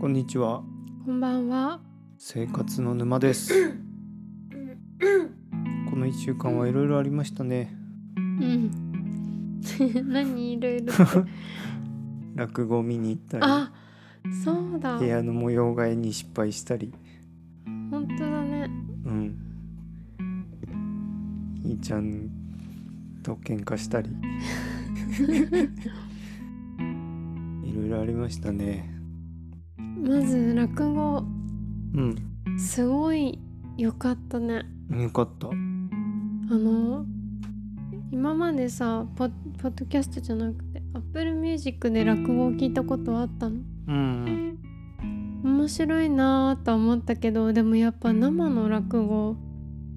こんにちはこんばんは。生活の沼ですこの1週間はいろいろありましたねうん。 何いろ いろ。落語を見に行ったあ、そうだ。り部屋の模様替えに失敗したり本当だね。うんひーちゃんと喧嘩したりいろいろありましたねまず落語うんすごい良かったね。よかったうんあの今までさポッポッドキャストじゃなくて Apple Music で落語を聞いたことはあったの。うん面白いなーとは思ったけどでもやっぱ生の落語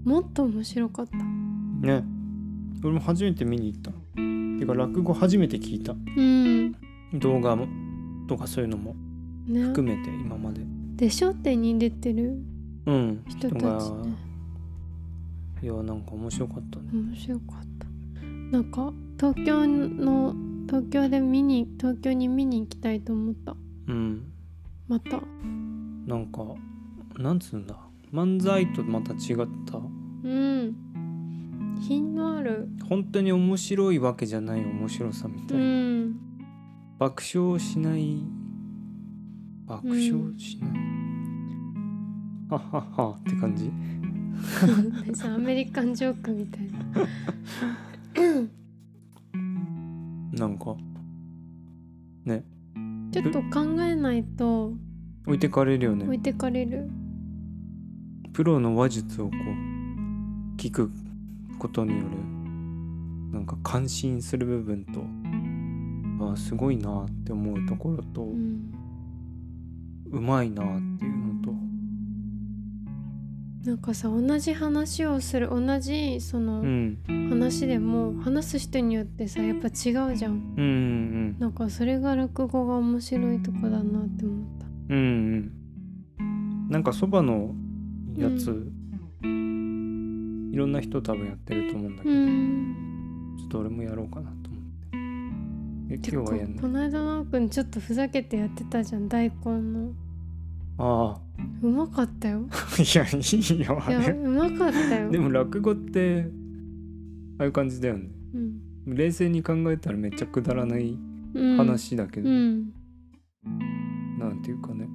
もっと面白かった。ね俺も初めて見に行ったてか落語初めて聞いたうん。動画もとかそういうのもね。含めて今までで商店に出てるうん人たちがね。いやなんか面白かったね面白かったなんか東京の東京で見に東京に見に行きたいと思ったうんまたなんかなんつうんだ漫才とまた違ったうん品のある本当に面白いわけじゃない面白さみたういな、ん爆笑しない爆笑しない、はっはっはって感じさアメリカンジョークみたいななんかちょっと考えないと置いてかれるよ置ねいてかれるプロの話術をこう聞くことによるなんか感心する部分とあーすごいなって思うところと、うんうまいなっていうのとなんかさ同じ話をする同じそのうん話でも話す人によってさやっぱ違うじゃんうんうんなんかそれが落語が面白いとこだなって思ったうんうんうんなんかそばのやつ、ういろんな人多分やってると思うんだけうど、んちょっと俺もやろうかなと思ってえてか今日はやんなこいの間のあくんちょっとふざけてやってたじゃん大根のああうまかったよ いやいいよあいやうれまかった よでも落語ってああいう感じだよねうん冷静に考えたらめっちゃくだらないうん、話だけうど、んなんていうかね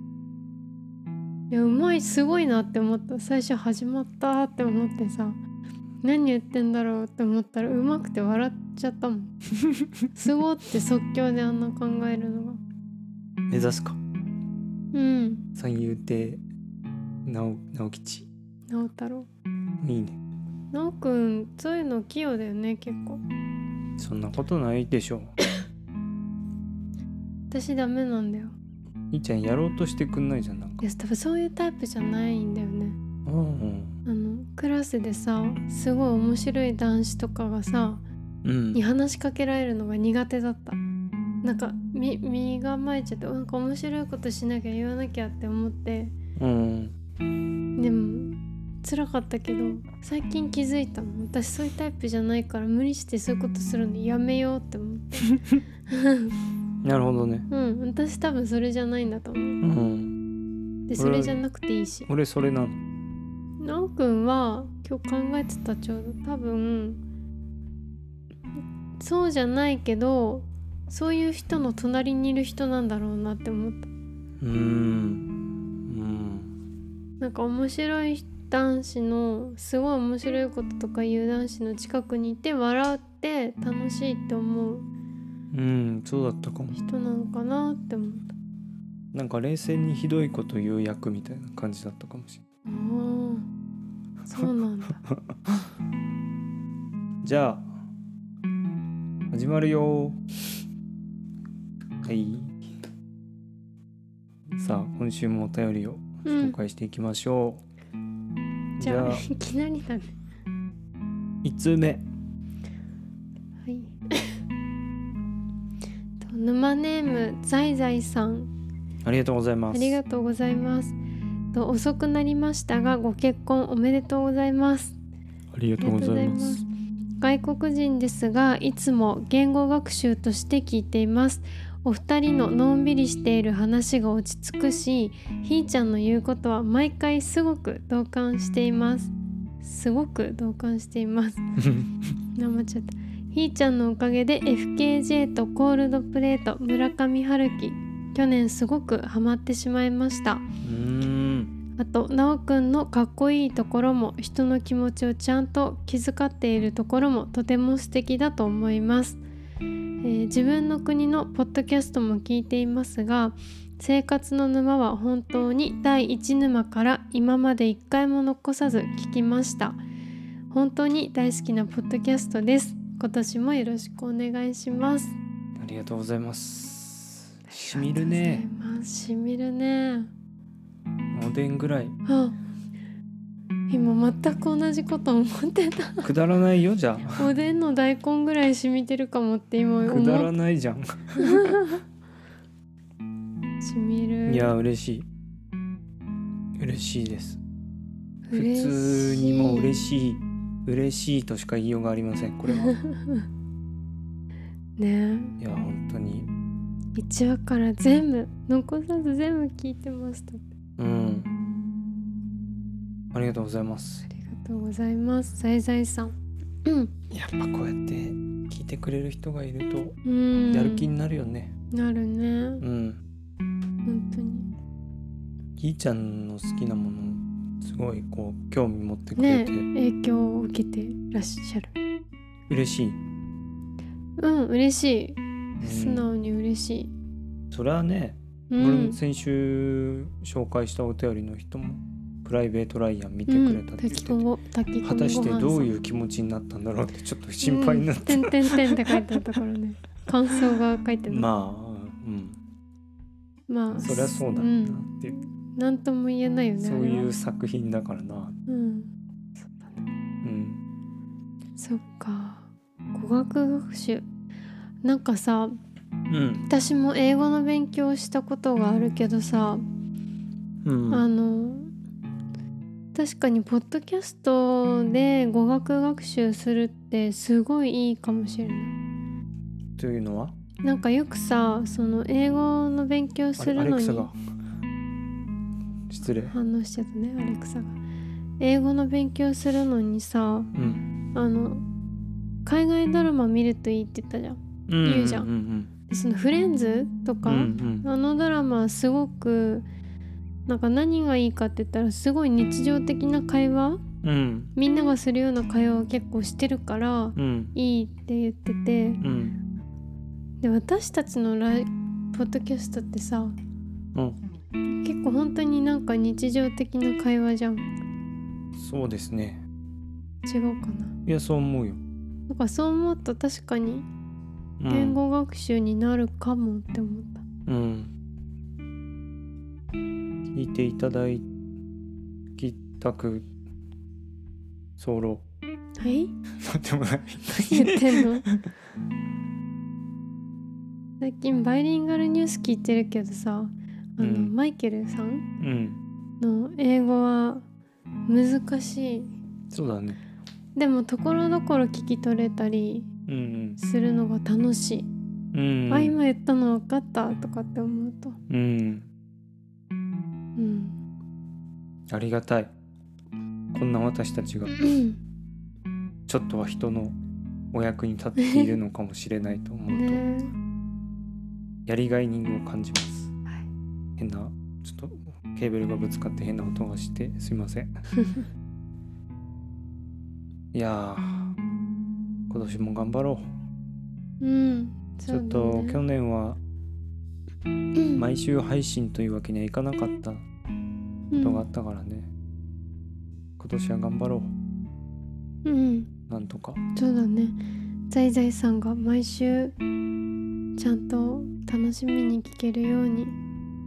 いやうまいすごいなって思った最初始まったって思ってさ何言ってんだろうって思ったらうまくて笑っちゃった もんすごって即興であんな考えるのが目指すかうん三遊亭直直吉直太郎いいね直くんそういうの器用だよね結構そんなことないでしょ私ダメなんだよいいちゃんやろうとしてくんないじゃんなんかいや多分そういうタイプじゃないんだよねうんあのクラスでさすごい面白い男子とかがさうんに話しかけられるのが苦手だったなんかみ身構えちゃってなんか面白いことしなきゃ言わなきゃって思ってうんでも辛かったけど最近気づいたの私そういうタイプじゃないから無理してそういうことするのやめようって思ってなるほどねうん私多分それじゃないんだと思うう、んでそれじゃなくていいし俺それなのなおくんは今日考えてたちょうど多分そうじゃないけどそういう人の隣にいる人なんだろうなって思ったうんうんなんか面白い男子のすごい面白いこととか言う男子の近くにいて笑って楽しいって思ううんそうだったかも人なのかなって思ったなんか冷静にひどいこと言う役みたいな感じだったかもしれないあーそう なんだじゃあ始まるよはいさあ今週もお便りをうん紹介していきましょう、じゃあいきなりだね1通目はい。 と沼ネームザイザイさん、ありがとうございまあすりがとうございます。と遅くなりましたがご結婚おめでとうございます。ありがありがとうございます。外国人ですがいつも言語学習として聞いています。お二人ののんびりしている話が落ち着くしひーちゃんの言うことは毎回すごく同感していますすごく同感していますなまっちゃったひーちゃんのおかげで FKJ とコールドプレート村上春樹去年すごくハマってしまいました うんあとなおくんのかっこいいところも人の気持ちをちゃんと気遣っているところもとても素敵だと思います、えー自分の国のポッドキャストも聞いていますが生活の沼は本当に第一沼から今まで一回も残さず聞きました本当に大好きなポッドキャストです今年もよろしくお願いしますありがとうございますしありみがとるうございねますしみるねおでんぐらいあ今全く同じこと思ってたくだらないよじ ゃおでんの大根ぐらい染みてるかもって今あ思くだらっないじゃん染みるいや嬉しい嬉しいです普嬉しい通にもう嬉しい嬉しいとしか言いようがありませんこ れはいねや本当にえ1話から全部残さず全部聞いてましたあうんありがとうございますりがとうございますざいざいさんうんやっぱこうやって聞いてくれる人がいるとうんやる気になるよねなるねうん本当にひーちゃんの好きなものすごいこう興味持ってくれねて、え影響を受けてらっしゃる嬉しい、うん嬉しうんい素直に嬉しいそれはね、う俺もん先週紹介したお便りの人もプライベートライアン見てうくれんたって言って炊きて、込みご炊き込みご果飯たしてどうういう気持ちになったんだろうってちょっと心配になって、てんてんてんって書いてあったから ね感想が書いてないまあうんまあそりゃそうだう、ろうなんっていう、なんとも言えないよねそうあいれうは作品だからなうんそうだねうんそっか語学学習なんかうさん私も英語の勉強をしたことがあるけどさ、うんあの確かにポッドキャストで語学学習するってすごいいいかもしれないというのはなんかよくさその英語の勉強あすれるアレのクサにが失礼反応しちゃったねアレクサが英語の勉強するのにさうんあの海外ドラマ見るといいって言ったじゃん言うじゃんうんでその「フレンズ」とうか、んうんあのドラマはすごくなんか何がいいかって言ったらすごい日常的な会話うんうんみんながするような会話を結構してるからうんいいって言っててうんで私たちのライポッドキャストってさ、結構本当になんか日常的な会話じゃんそうですね違うかないやそう思うよ、なんかそう思うと確かにうん、言語学習になるかもって思った、うん聞いていただきたく候ろはいなんでもない何言っ てんの最近バイリンガルニュース聞いてるけどさあの、うんマイケルさうんんの英語は難しいそうだねでもところどころ聞き取れたりうんするのが楽しい、うんあ今言ったの分かったとかって思うとうんうんありがたいこんな私たちがちょっとは人のお役に立っているのかもしれないと思うと、ねやりがいにも感じますえ、はい変なちょっとケーブルがぶつかって変な音がしてすいませんいやー今年も頑張ろうんうちちょっと去年は毎週配信というわけにはいかなかったことがあったからね、今年は頑張ろうん、うんうなんとかそうだねザイザイさんが毎週ちゃんと楽しみに聞けるようにう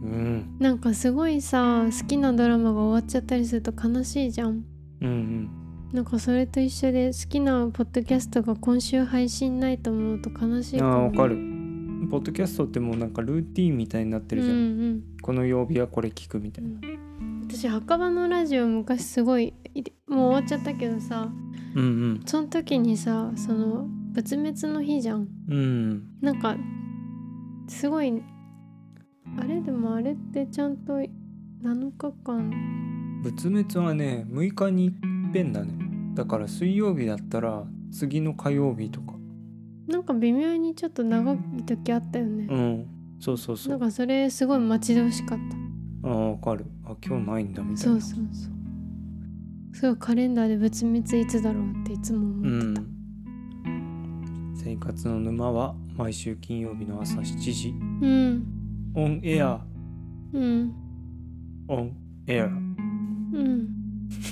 んなんかすごいさ好きなドラマが終わっちゃったりすると悲しいじゃんうんなんかそれと一緒で好きなポッドキャストが今週配信ないと思うと悲しういんあもあわかっるポッドキャストってもうなんかルーティンみたいになっててるじゃん、うんうんこの曜日はこれ聞くみたいなうん私墓場のラジオ昔すごいいもう終わっちゃったけどさうんその時にさその仏滅の日じゃんうんうんなんかすごいあれでもあれってちゃんと7日間仏滅はね6日に一遍だねだから水曜日だったら次の火曜日とかなんか微妙にちょっと長い時あったよね、うんそうそうそなんうかそれすごい待ち遠しかっああわかるあ今日ないんだみたたいなそうそうそうすごいカレンダーで仏滅いつだろうっていつもう思ってた、ん生活の沼は毎週金曜日の朝7時うんオンエアうんオンエアうん、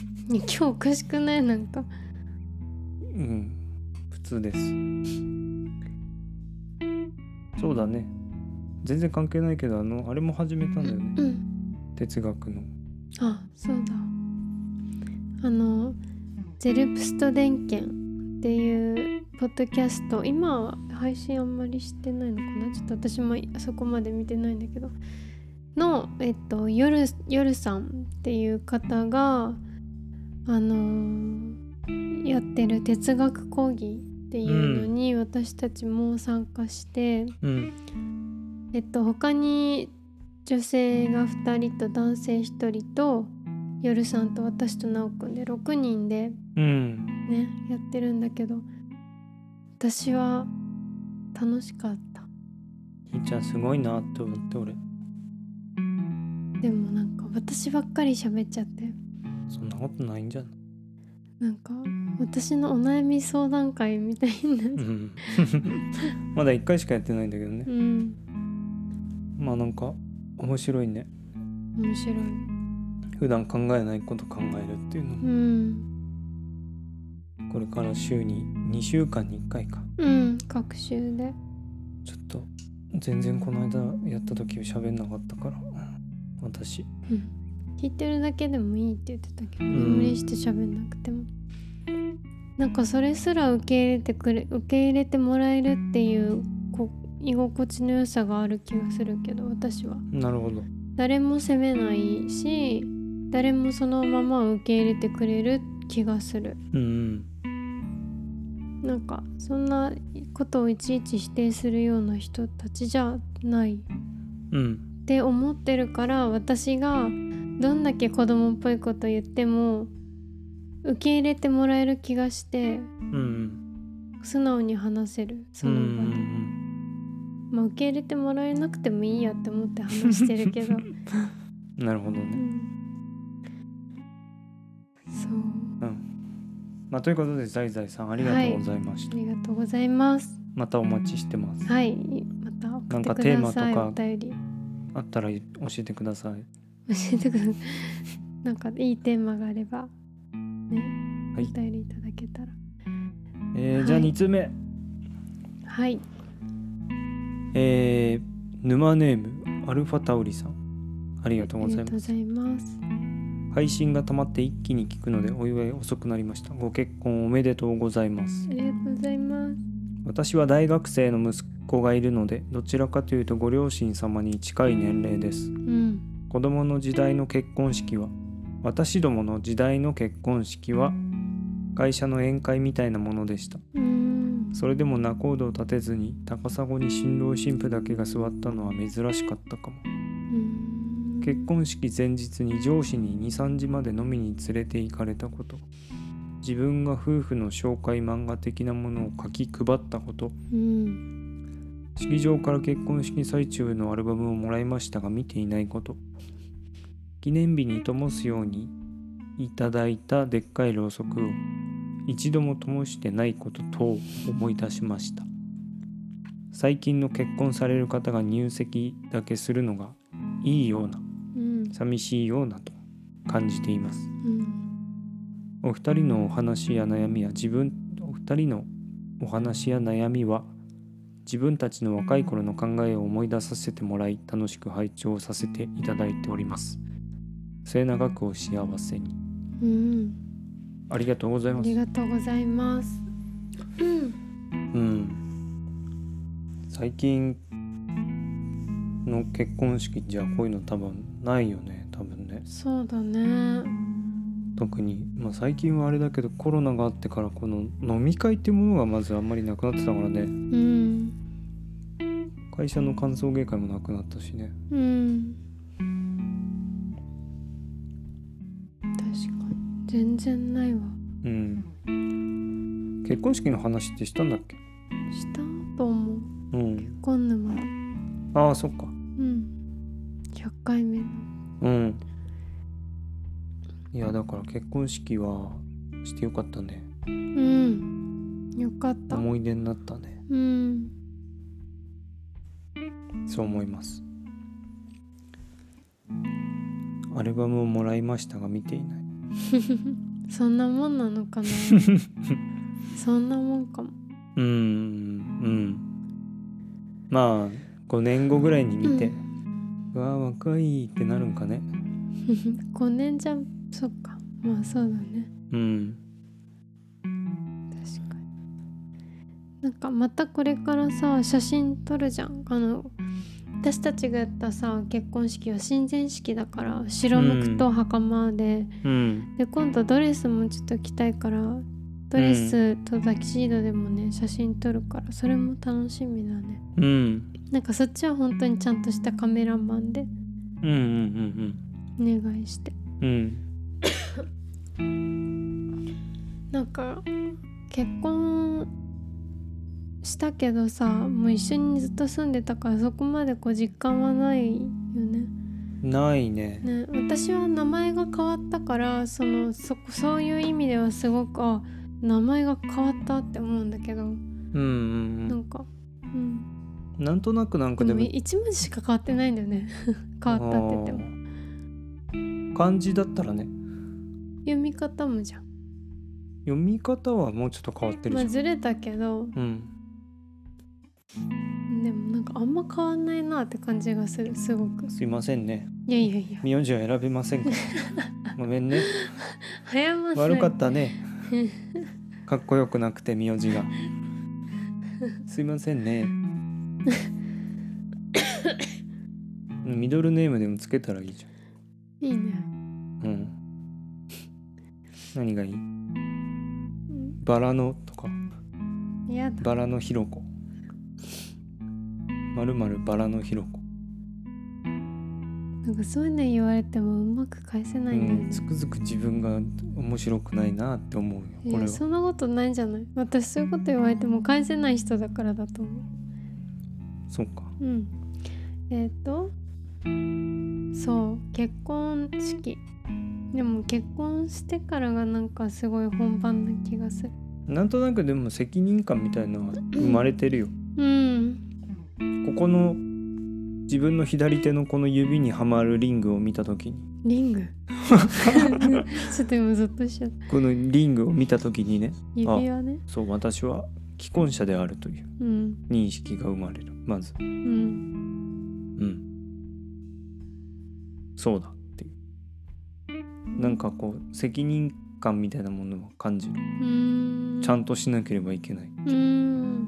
いや今日おかしくないなんかうん普通ですそうだね全然関係ないけどあのあれも始めたんだよねうん哲学のあそうだあのゼルプスト電研っていうポッドキャスト今は配信あんまりしてないのかなちょっと私もそこまで見てないんだけどのえっと夜夜さんっていう方があのやってる哲学講義っていうのに私たちも参加して、うんえっと他に女性が2人と男性1人と夜さんと私と直くんで6人でうんねやってるんだけど私は楽しかったひーちゃんすごいなって思って俺でもなんか私ばっかり喋っちゃってそんなことないんじゃないなんか私のお悩み相談会みたいなうん まだ1回しかやってないんだけどねうんまあなんか面白いね面白い普段考えないこと考えるっていうのもうんこれから週に2週間に1回かうん学習でちょっと全然この間やった時は喋んなかったから私聞いてるだけでもいいって言ってたけど、ん無理して喋んなくてもなんかそれすら受け入れてくれ受け入れてもらえるっていうこ居心地の良さがある気がするけど私はなるほど誰も責めないし誰もそのまま受け入れてくれる気がするうんなんかそんなことをいちいち否定するような人たちじゃないうんって思ってるから私がどんだけ子供っぽいこと言っても受け入れてもらえる気がしてうんうん素直に話せるそうんうの場で、んまあ、受け入れてもらえなくてもいいやって思って話して るけど、うんなるほどうねんそうまあということでザイザイさんありがとうございましあた、りがとうございますまたお待ちしてますはいまた送なんかってテーくマだとさいかお便り教あったら教えてくださいえてくださいなんかいいテーマがあればね、はいお便りいただけたらえーじゃあはい2つ目、はいえー沼ネームアルファタウリさんありがとうございますありがとうございます。配信が溜まって一気に聞くのでお祝い遅くなりましたご結婚おめでとうございますありがとうございます。私は大学生の息子がいるのでどちらかというとご両親様に近い年齢ですうん。子供の時代の結婚式は私どもの時代の結婚式は会社の宴会みたいなものでしたうん。それでも仲人を立てずに高砂に新郎新婦だけが座ったのは珍しかったかもうん結。婚式前日に上司に23時まで飲みに連れて行かれたこと自分が夫婦の紹介漫画的なものを書き配ったことうん。式場から結婚式最中のアルバムをもらいましたが見ていないこと記念日に灯すようにいただいたでっかいろうそくを一度も灯してないことと思い出しました最近の結婚される方が入籍だけするのがいいようなうん。寂しいようなと感じていますうん。お二人のお話や悩みや自分お二人のお話や悩みは自分たちの若い頃の考えを思い出させてもらい楽しく拝聴させていただいております末永くお幸せにうん。ありがとうございあますりがとうございます。うん。うん最近の結婚式じゃこういうの多分ないよね多分ねそうだね。特に、まあ、最近はあれだけどコロナがあってからこの飲み会っていうものがまずあんまりなくなってたからねうん。会社の歓送迎会もなくなったしねうん確かに全然ないわうん結婚式の話ってしたんだっけしたと思ううんこんなまでああそっかうん100回目のうんいやだから結婚式はしてよかったねうんよかった思い出になったねうんそう思いますアルバムをもらいましたが見ていないそんなもんなのかなそんなもんかも うんうんまあ5年後ぐらいに見て、うわあ若いってなるんかね5年じゃそっかまあそうだねうん確かになんかまたこれからさ写真撮るじゃんあの私たちがやったさ結婚式は親善式だから白無垢と袴で、うんで今度ドレスもちょっと着たいからドレスとタキシードでもね写真撮るからそれも楽しみだねうんうんなんかそっちは本当にちゃんとしたカメラマンでうんうんお願いしてうんうんなんか結婚したけどさもう一緒にずっと住んでたからそこまでこう実感はないよねないねね私は名前が変わったからそのそこそういう意味ではすごくあ名前が変わったって思うんだけどうんうなんんか、うん、うんなんとなくなんでかでもも一文字しか変わってないんだよね 変わったって言ってもあー漢字だったらね読み方もじゃん、読み方はもうちょっと変わってるまじゃん、あ、ずれたけどうんでもなんかあんま変わんないなって感じがするすごくすいませんねいやいやいや名字は選べませんから ごめんね早まない悪かったねかっこよくなくて名字がすいません ねミドルネームでもつけたらいいじいいねゃんうん何がいいバラのとかうんやだバラのひろこまるまるバラのひろこなんかそういうの言われてもうまく返せないんだようんねつ、くづく自分が面白くないなって思うよいこれやはそんなことないんじゃない私そういうこと言われても返せない人だからだと思そうかううんえっ、とそう結婚式でも結婚してからがなんかすごい本番な気がするなんとなくでも責任感みたいなのは生まれてるようんここの自分の左手のこの指にはまるリングを見た時にリング ちょっと今ゾッとしちゃったこのリングを見た時にね指輪ねそう私は既婚者であるといううん認識が生まれるまずうんうんそうだっていうなんかこう責任感みたいなものを感じるうーんちゃんとしなければいけないうーん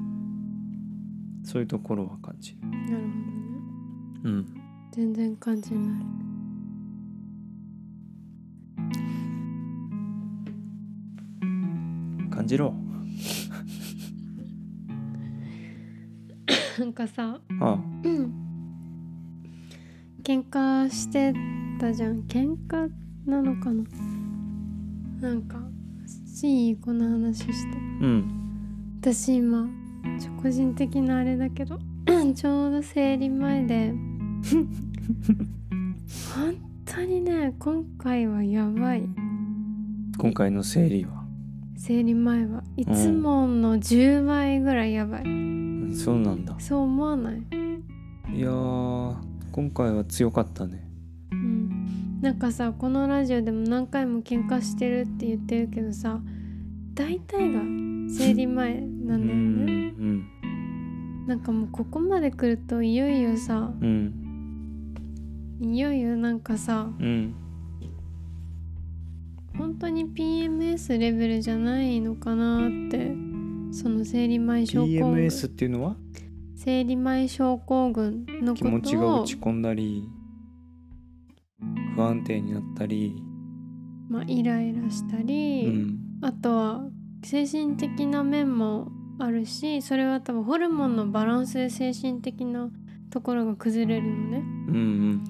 そういうところは感じるなるほどねうん全然感じない感じろなんかさあ喧嘩してたじゃん喧嘩なのかななんかいいこの話してうん私今ちょ個人的なあれだけど ちょうど生理前で本当にね今回はやばい今回の生理は生理前はいつもの10倍ぐらいやばい、うんそうなんだそう思わないいやー今回は強かったねうんなんかさこのラジオでも何回も喧嘩してるって言ってるけどさ大体が生理前なうんだよねんなんかもうここまで来るといよいよさうんうんいよいよなんかさうん本当に PMS レベルじゃないのかなってその生理前症候群 PMS っていうのは生理前症候群の気こ持ちがとを落ち込んだり不安定になったりまあ、イライラしたうり、んあとは精神的な面もあるしそれは多分ホルモンのバランスで精神的なところが崩れるのねうん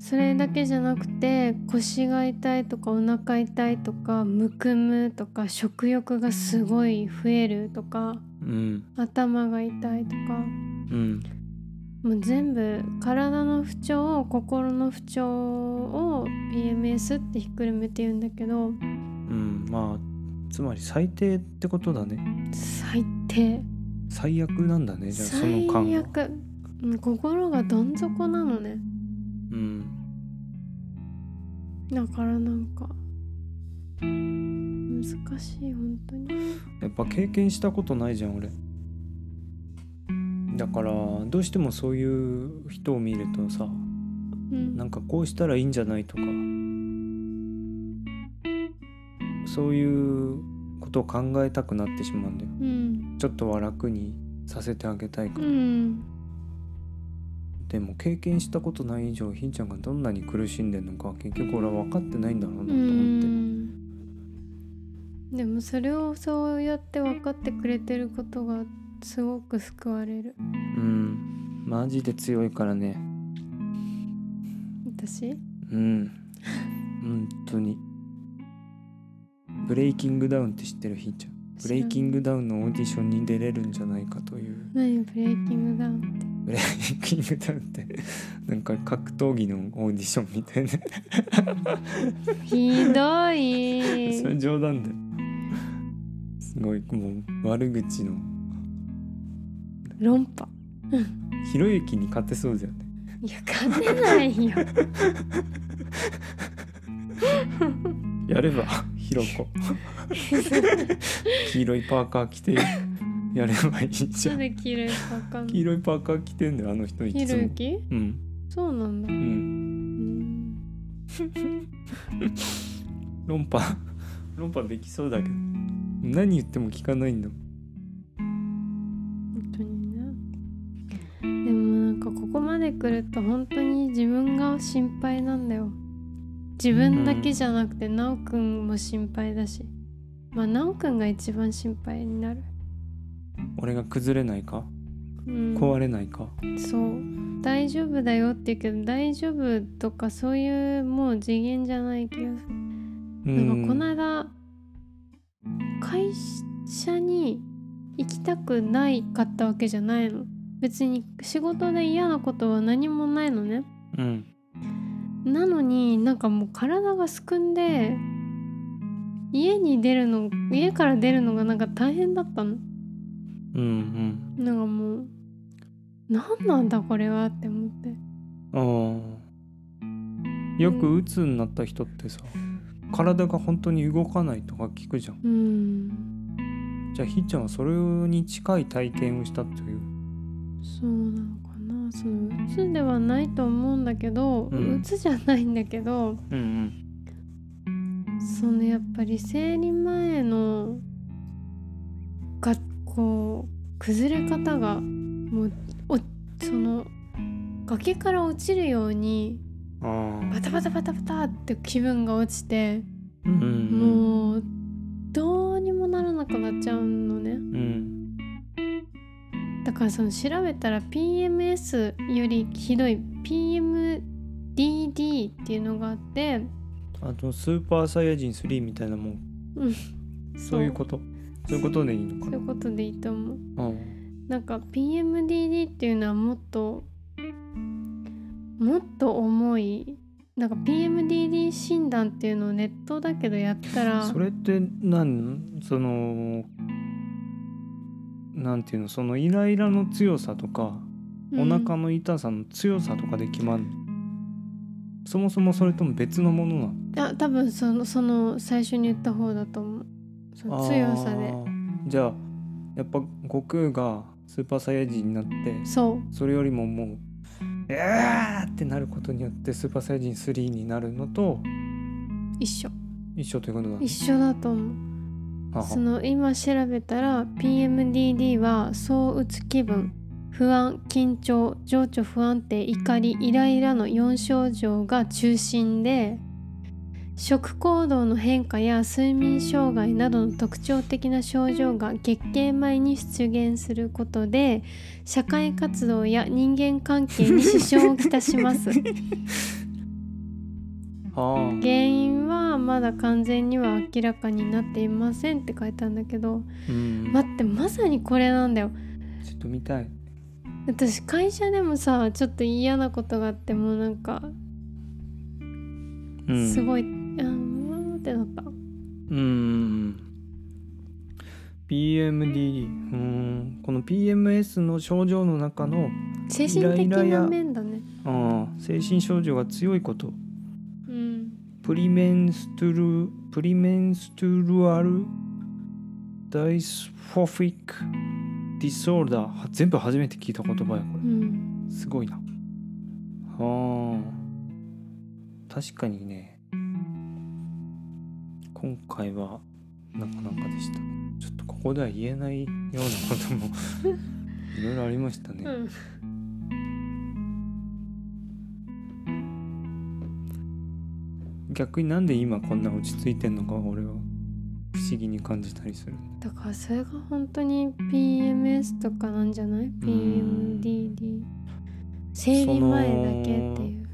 それだけじゃなくて腰が痛いとかお腹痛いとかむくむとか食欲がすごい増えるとかうんうん頭が痛いとかうんもう全部体の不調心の不調を PMS ってひっくるめて言うんだけどうんまあつまり最低ってことだね最低最悪なんだねじゃあその間最は悪うん心がどん底なのねうんだからなんか難しい本当にやっぱ経験したことないじゃん俺だからどうしてもそういう人を見るとさうんなんかこうしたらいいんじゃないとかそういうことを考えたくなってしまうんだようんちょっとは楽にさせてあげたいかうら、んでも経験したことない以上ひんちゃんがどんなに苦しんでるのか結局俺は分かってないんだろうなうと思ってんでもそれをそうやって分かってくれてることがすごく救われるうんマジで強いからね私うん本当にブレイキングダウンって知ってるひんちゃんブレイキングダウンのオーディションに出れるんじゃないかという何ブレイキングダウンってブレイキングダウンってなんか格闘技のオーディションみたいなひど いそれ冗談だよすごいもう悪口の論破ひろゆきに勝てそうだよねいや勝てないよやればひろこ黄色いパーカー着てやればいいじゃ なんんで黄色いかわかんな黄い色いパーカー着てんだよあの人いひつろゆもきうんそうなんだううんん論破 論破できそうだけど何言っても聞かないんだもん本当にねでもなんかここまで来ると本当に自分が心配なんだよ自分だけじゃなくてなおくんも心配だしまあなおくんが一番心配になる、俺が崩れないかうん、壊れないかそう大丈夫だよって言うけど大丈夫とかそういうもう次元じゃない気がすうる、なんんかこの間会社に行きたくないかったわけじゃないの別に仕事で嫌なことは何もないのねうんなのになんかもう体がすくんで家に出るの家から出るのがなんか大変だったのうんなんかもう何なんだこれはって思ってうんああよく鬱になった人ってさ体が本当に動かないとか聞くじゃんうんじゃあひーちゃんはそれに近い体験をしたというそうなのかなその鬱ではないと思うんだけど、うん鬱じゃないんだけどうんそのやっぱり生理前のがこう崩れ方がもうおその崖から落ちるようにうんあバあタバタバタバタって気分が落ちて、うんうんもうどうにもならなくなっちゃうのねうんだからその調べたら PMS よりひどい PMDD っていうのがあってあとスーパーサイヤ人3みたいなもんそういうことそういうことでいいのかそうないうことでいいと思ううんなんか PMDD っていうのはもっともっと重いなんか PMDD 診断っていうのをネットだけどやったらそれって何そのなんていうのそのイライラの強さとかお腹うんの痛さの強さとかで決まるの、そもそもそれとも別のものなのあ多分そのその最初に言った方だと思うそのあー強さでじゃあやっぱ悟空がスーパーサイヤ人になってそうそれよりももう「えー!」ってなることによってスーパーサイヤ人3になるのと一緒一緒ということだね一緒だと思うははその今調べたら PMDD は躁うつ気分不安緊張情緒不安定怒りイライラの4症状が中心で食行動の変化や睡眠障害などの特徴的な症状が月経前に出現することで社会活動や人間関係に支障をきた します原ああ因はまだ完全には明らかになっていませんって書いたんだけどうん、待ってまさにこれなんだよちょっと見たい私会社でもさちょっと嫌なことがあってもうなんかうんすごい、あーうーんってなったうんうんうん PMDD うんこの PMS の症状の中の精神的イライラなや面だねああ精神症状が強いことうんプリメンストゥルプリメンストゥルアルダイスフォフィックディソーダーは全部初めて聞いた言葉やこうんれすごいなああ確かにね今回はなかなかでしたちょっとここでは言えないようなこと もいろいろありましたね、うん逆になんで今こんな落ち着いてんのか俺は不思議に感じたりするだからそれが本当に PMS とかなんじゃない ?PMDD 生理前だけっていう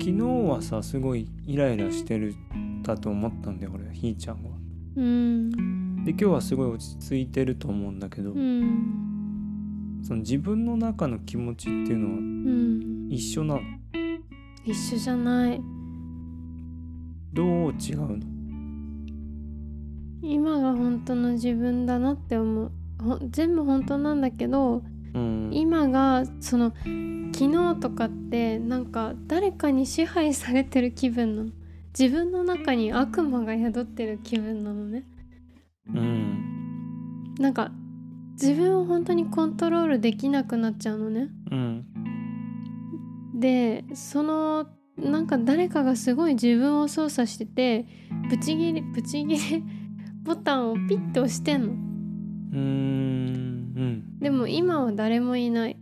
昨日はさすごいイライラしてるだと思ったんだよ俺ひーちゃんは。うんで今日はすごい落ち着いてると思うんだけど、うんその自分の中の気持ちっていうのはうん一緒なの一緒じゃないどう違うの今が本当の自分だなって思うほん全部本当なんだけどうん今がその昨日とかってなんか誰かに支配されてる気分なの自分の中に悪魔が宿ってる気分なのねうんなんか自分を本当にコントロールできなくなっちゃうのねうんでそのなんか誰かがすごい自分を操作しててブチギレブチギレボタンをピッて押してんのうーんうんでも今は誰もいない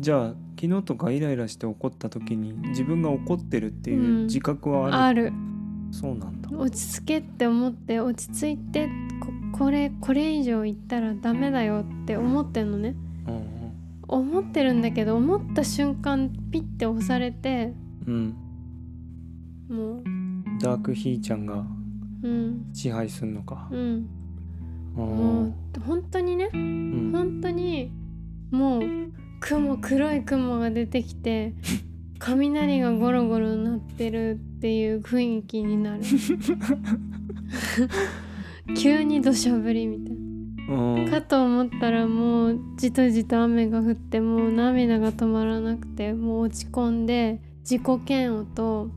じゃあ昨日とかイライラして怒った時に自分が怒ってるっていう自覚はある、あるそうなんだ落ち着けって思って落ち着いてここれこれ以上言ったらダメだよって思ってんのねうん思ってるんだけど思った瞬間ピッて押されてうん、もううん、ダークひーちゃんがうん支配するのかう、んあーもう本当にねうん本当にもう雲黒い雲が出てきて雷がゴロゴロ鳴ってるっていう雰囲気になる急に土砂降りみたいうんなかと思ったらもうじとじと雨が降ってもう涙が止まらなくてもう落ち込んで自己嫌悪と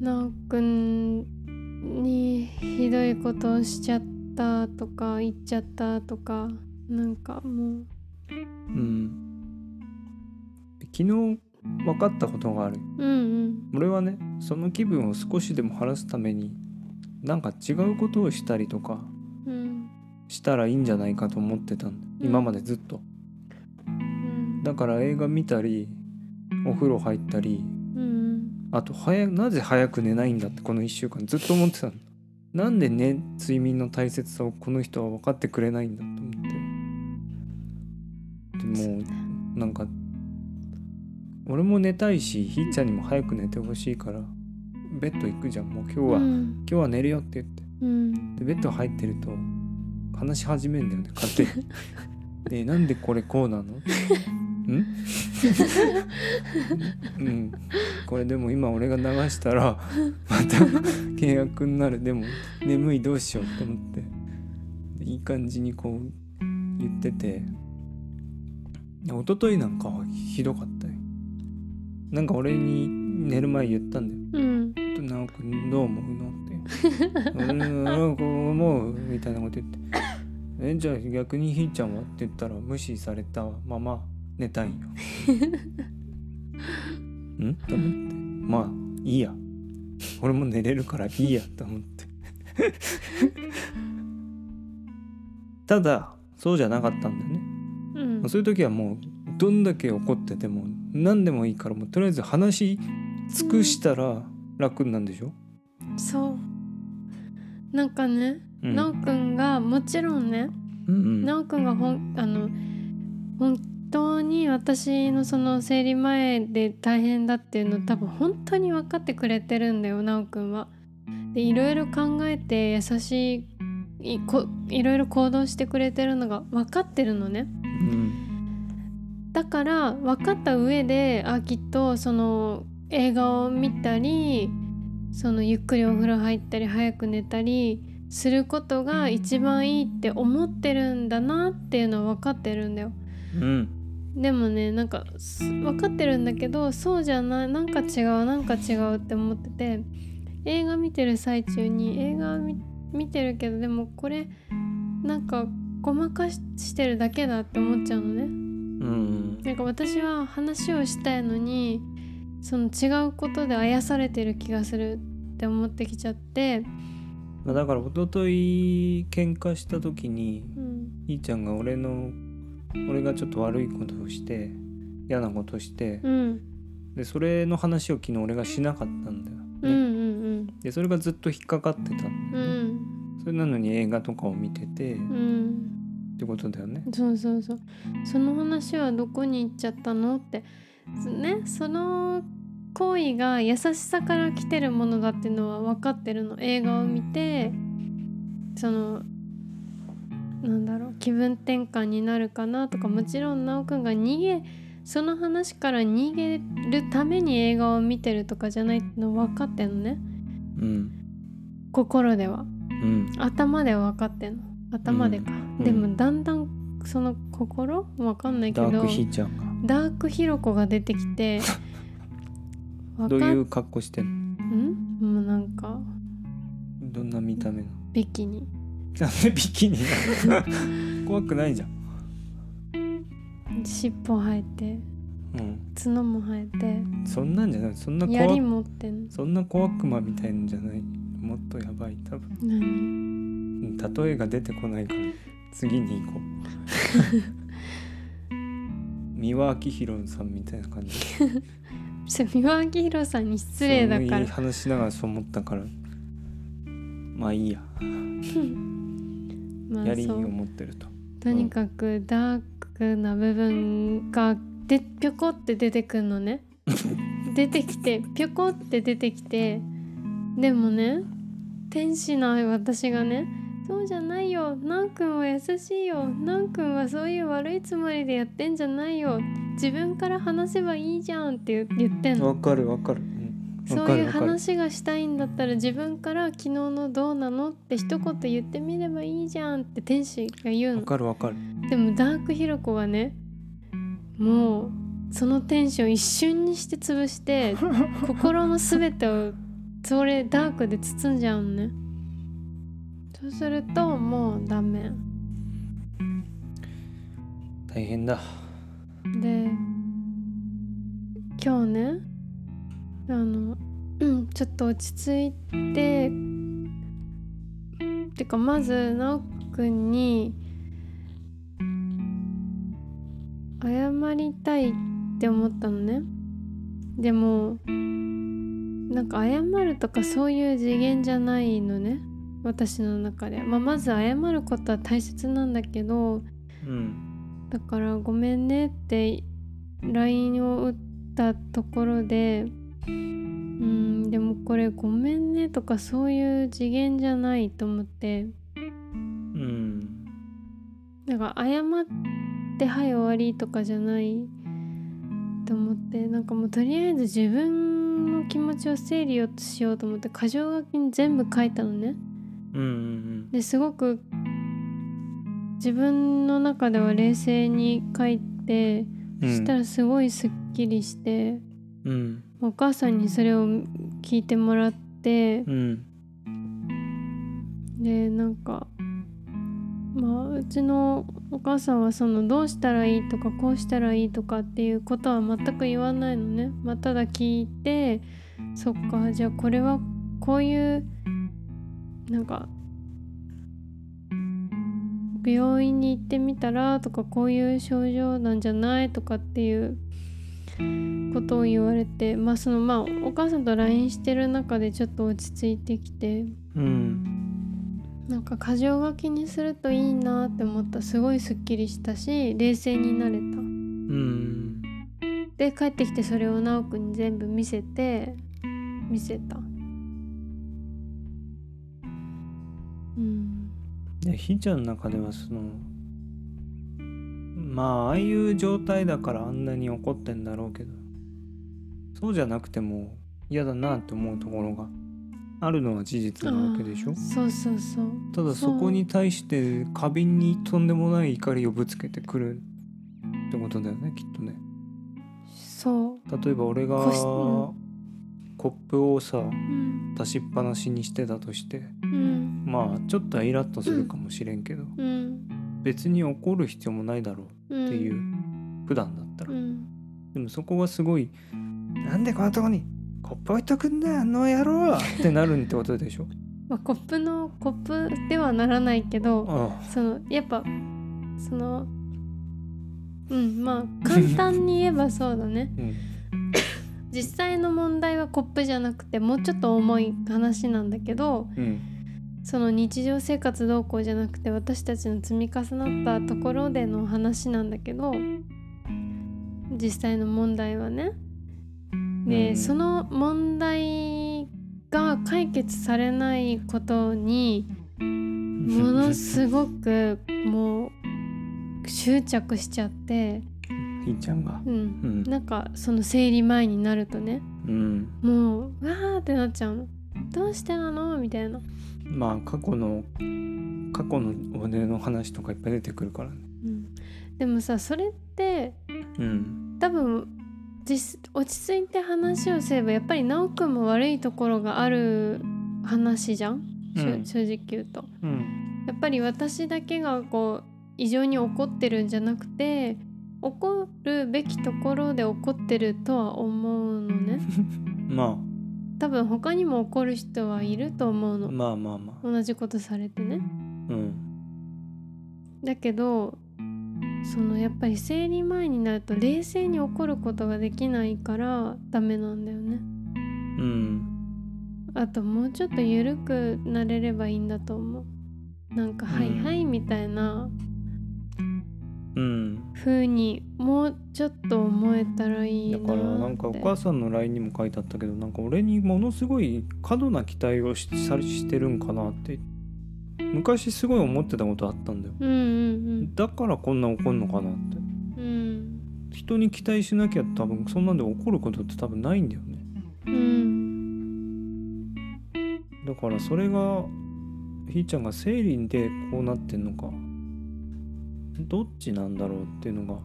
なんくんにひどいことをしちゃったとか言っちゃったとかなんかもううん、昨日分かったことがあるうん俺はねその気分を少しでも晴らすためになんか違うことをしたりとかうんうんしたらいいんじゃないかと思ってたんだうん今までずっとうんだから映画見たりお風呂入ったりうんあと早なぜ早く寝ないんだってこの1週間ずっと思ってたのなんでね睡眠の大切さをこの人は分かってくれないんだと思ってでもうなんか俺も寝たいしひーちゃんにも早く寝てほしいからベッド行くじゃんもう今日は、う今ん日は寝るよって言ってうんでベッド入ってると話し始めんだよね勝手に。でなんでこれこうなのんうんこれでも今俺が流したらまた契約になるでも眠いどうしようって思ってでいい感じにこう言っててで一昨日なんかはひどかったよなんか俺に寝る前言ったんだようんちょっと直君どう思うのって俺はこう思うみたいなこと言ってえじゃあ逆にひーちゃんはって言ったら無視されたまま寝たいんよんと思ってまあいいや俺も寝れるからいいやと思ってただそうじゃなかったんだよねうんそういう時はもうどんだけ怒ってても何でもいいからもうとりあえず話尽くしたら楽なんでしょ、そうなんかね、うん、なおくんがもちろんね、うんうんなおくんがほんあの本当に私のその生理前で大変だっていうの多分本当に分かってくれてるんだよなおくんは。でいろいろ考えて優しいいこいろいろ行動してくれてるのが分かってるのね。うんだから分かった上であきっとその映画を見たりそのゆっくりお風呂入ったり早く寝たりすることが一番いいって思ってるんだなっていうのは分かってるんだよ。うんでもねなんかす分かってるんだけどそうじゃないなんか違うなんか違うって思ってて映画見てる最中に映画見見てるけどでもこれなんかごまかししてるだけだって思っちゃうのね。うんなんか私は話をしたいのにその違うことであやされてる気がするって思ってきちゃって、まあだから一昨日喧嘩した時にうんいいちゃんが俺の俺がちょっと悪いことをして嫌なことをしてう、ん、でそれの話を昨日俺がしなかったんだよ、うんうねんでそれがずっと引っかかってたうんうんそれなのに映画とかを見てて、っうんてことだよねそうそうそうその話はどこに行っちゃったのってねその行為が優しさから来てるものだっていうのは分かってるの映画を見てそのなんだろう気分転換になるかなとかもちろん奈くんが逃げその話から逃げるために映画を見てるとかじゃないの分かってんのねうん心でうはん頭では分かってんの頭でか、うんでうもだんだんその心分かんないけダどークひーちゃんがダークヒロコが出てきて わどかうっいう格好してんのんもうなんかどんな見た目のビキニなんでビキニなの 怖くないじゃん、尻尾生えてうん、角も生えそんなんじゃないそんなて槍怖持ってんのそんな小悪魔みたいんじゃないもっとやばい多分何う ん例えが出てこないから次に 行こう三輪明宏さんみたいな感じそれ三輪明宏さんに失礼だそうかいらう話しながらそう思ったからまあいいやまあ槍そをう持ってるととにかくダークな部分がでぴょこって出てくん のね出てきてぴょこって出てきてでもね天使な私がねそうじゃないよなんくんは優しいよなんくんはそういう悪いつもりでやってんじゃないよ自分から話せばいいじゃんって言ってんのわかるわかる、うんそわうかいるうわかる話がしたいんだったら自分から昨日のどうなのって一言言ってみればいいじゃんって天使が言うのわかるわかるでもダークヒロコはねもうそのテンション一瞬にして潰して心の全てをそれダークで包んじゃうのねそうするともうダメ大変だで今日ねあの、うん、ちょっと落ち着いててかまず直くんに謝りたいって思ったのねでもなんか謝るとかそういう次元じゃないのね私の中で、まあ、まず謝ることは大切なんだけどうんだから「ごめんね」って LINE を打ったところでうんでもこれ「ごめんね」とかそういう次元じゃないと思ってうんだから謝って「はい終わり」とかじゃないと思ってなんかもうとりあえず自分の気持ちを整理をしようと思って箇条書きに全部書いたのね。うんうんですごく自分の中では冷静に書いてうそんしたらすごいすっきりして、うんお母さんにそれを聞いてもらってうんでなんかまあうちのお母さんはそのどうしたらいいとかこうしたらいいとかっていうことは全く言わないのね、まあ、ただ聞いてそっかじゃあこれはこういうなんか病院に行ってみたらとかこういう症状なんじゃないとかっていうことを言われてまあそのまあお母さんと LINE してる中でちょっと落ち着いてきてうんなんか箇条書きにするといいなって思ったすごいすっきりしたし冷静になれたうんで帰ってきてそれを直くんに全部見せて見せたうんでひーちゃんの中ではそのまあああいう状態だからあんなに怒ってんだろうけどそうじゃなくても嫌だなって思うところがあるのは事実なわけでしあょーそうそうそうただそこに対して花瓶にとんでもない怒りをぶつけてくるってことだよねきっとねそ例えば俺がこしコップをさううん出しっぱなしにしてたとしてうんまあちょっとはイラッとするかもしれんけど、うん別に怒る必要もないだろうんうっていう、普段だったら、うん、でもそこはすごい「なんでこんなとこにコップ置いとくんだよあの野郎!」ってなるってことで しょまあ、コップのコップではならないけどあそのやっぱそのうんまあ簡単に言えばそうだねあうん実際の問題はコップじゃなくてもうちょっと重い話なんだけどうんその日常生活どうこうじゃなくて私たちの積み重なったところでの話なんだけど実際の問題はねで、うんその問題が解決されないこ とにものすごくもう執着しちゃって、ひーちゃんがう、うんんなんかその生理前になるとねうんもううわーってなっちゃうのどうしてなのみたいな、まあ過去の過去の俺の話とかいっぱい出てくるからねうん、でもさそれってうん多分実落ち着いて話をすればやっぱり奈くんも悪いところがある話じゃん、しょうん正直言うと。うんやっぱり私だけがこう異常に怒ってるんじゃなくて怒るべきところで怒ってるとは思うのねま多分他にも怒る人はいると思うあのまあまあまあ同じことされてねうんだけどそのやっぱり生理前になると冷静に怒ることができないからダメなんだよねうんあともうちょっと緩くなれればいいんだと思うなんか「はいはい」みたいな、うん風にもうちょっと思えたらいいだなってからなんかお母さんの LINE にも書いてあったけどなんか俺にものすごい過度な期待をしさしてるんかなって昔すごい思ってたことあったんだようんうんだからこんな怒るのかなってうんうん人に期待しなきゃ多分そんなんで怒ることって多分ないんだよねうんだからそれがひーちゃんが生理でこうなってんのかどっちなんだろうっていうのが、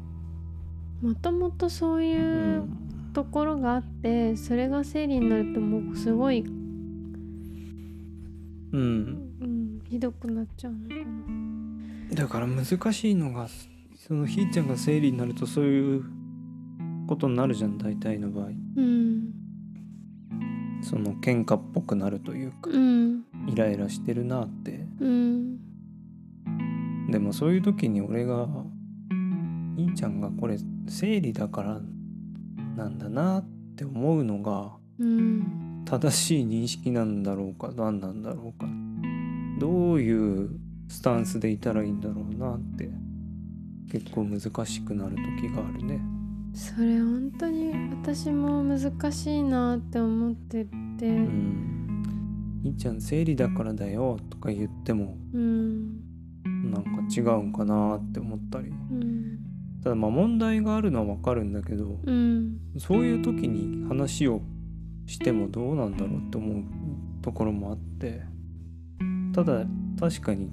もともとそういうううんところがあってそれが生理になるともうすごい、うんうん、ひどくなっちゃうのかなだから難しいのがそのひーちゃんが生理になるとそういうことになるじゃん大体の場合うんその喧嘩っぽくなるというかうんイライラしてるなってうんでもそういう時に俺がひーちゃんがこれ生理だからなんだなって思うのがうん正しい認識なんだろうか何なんだろうかどういうスタンスでいたらいいんだろうなって結構難しくなる時があるね。それ本当に私も難しいなって思ってう、てん、いいちゃん生理だからだよとか言ってもうんなんか違うんかなって思ったりうんただまあ問題があるのはわかるんだけどうんそういう時に話をしてもどうなんだろうって思うところもあってただ確かに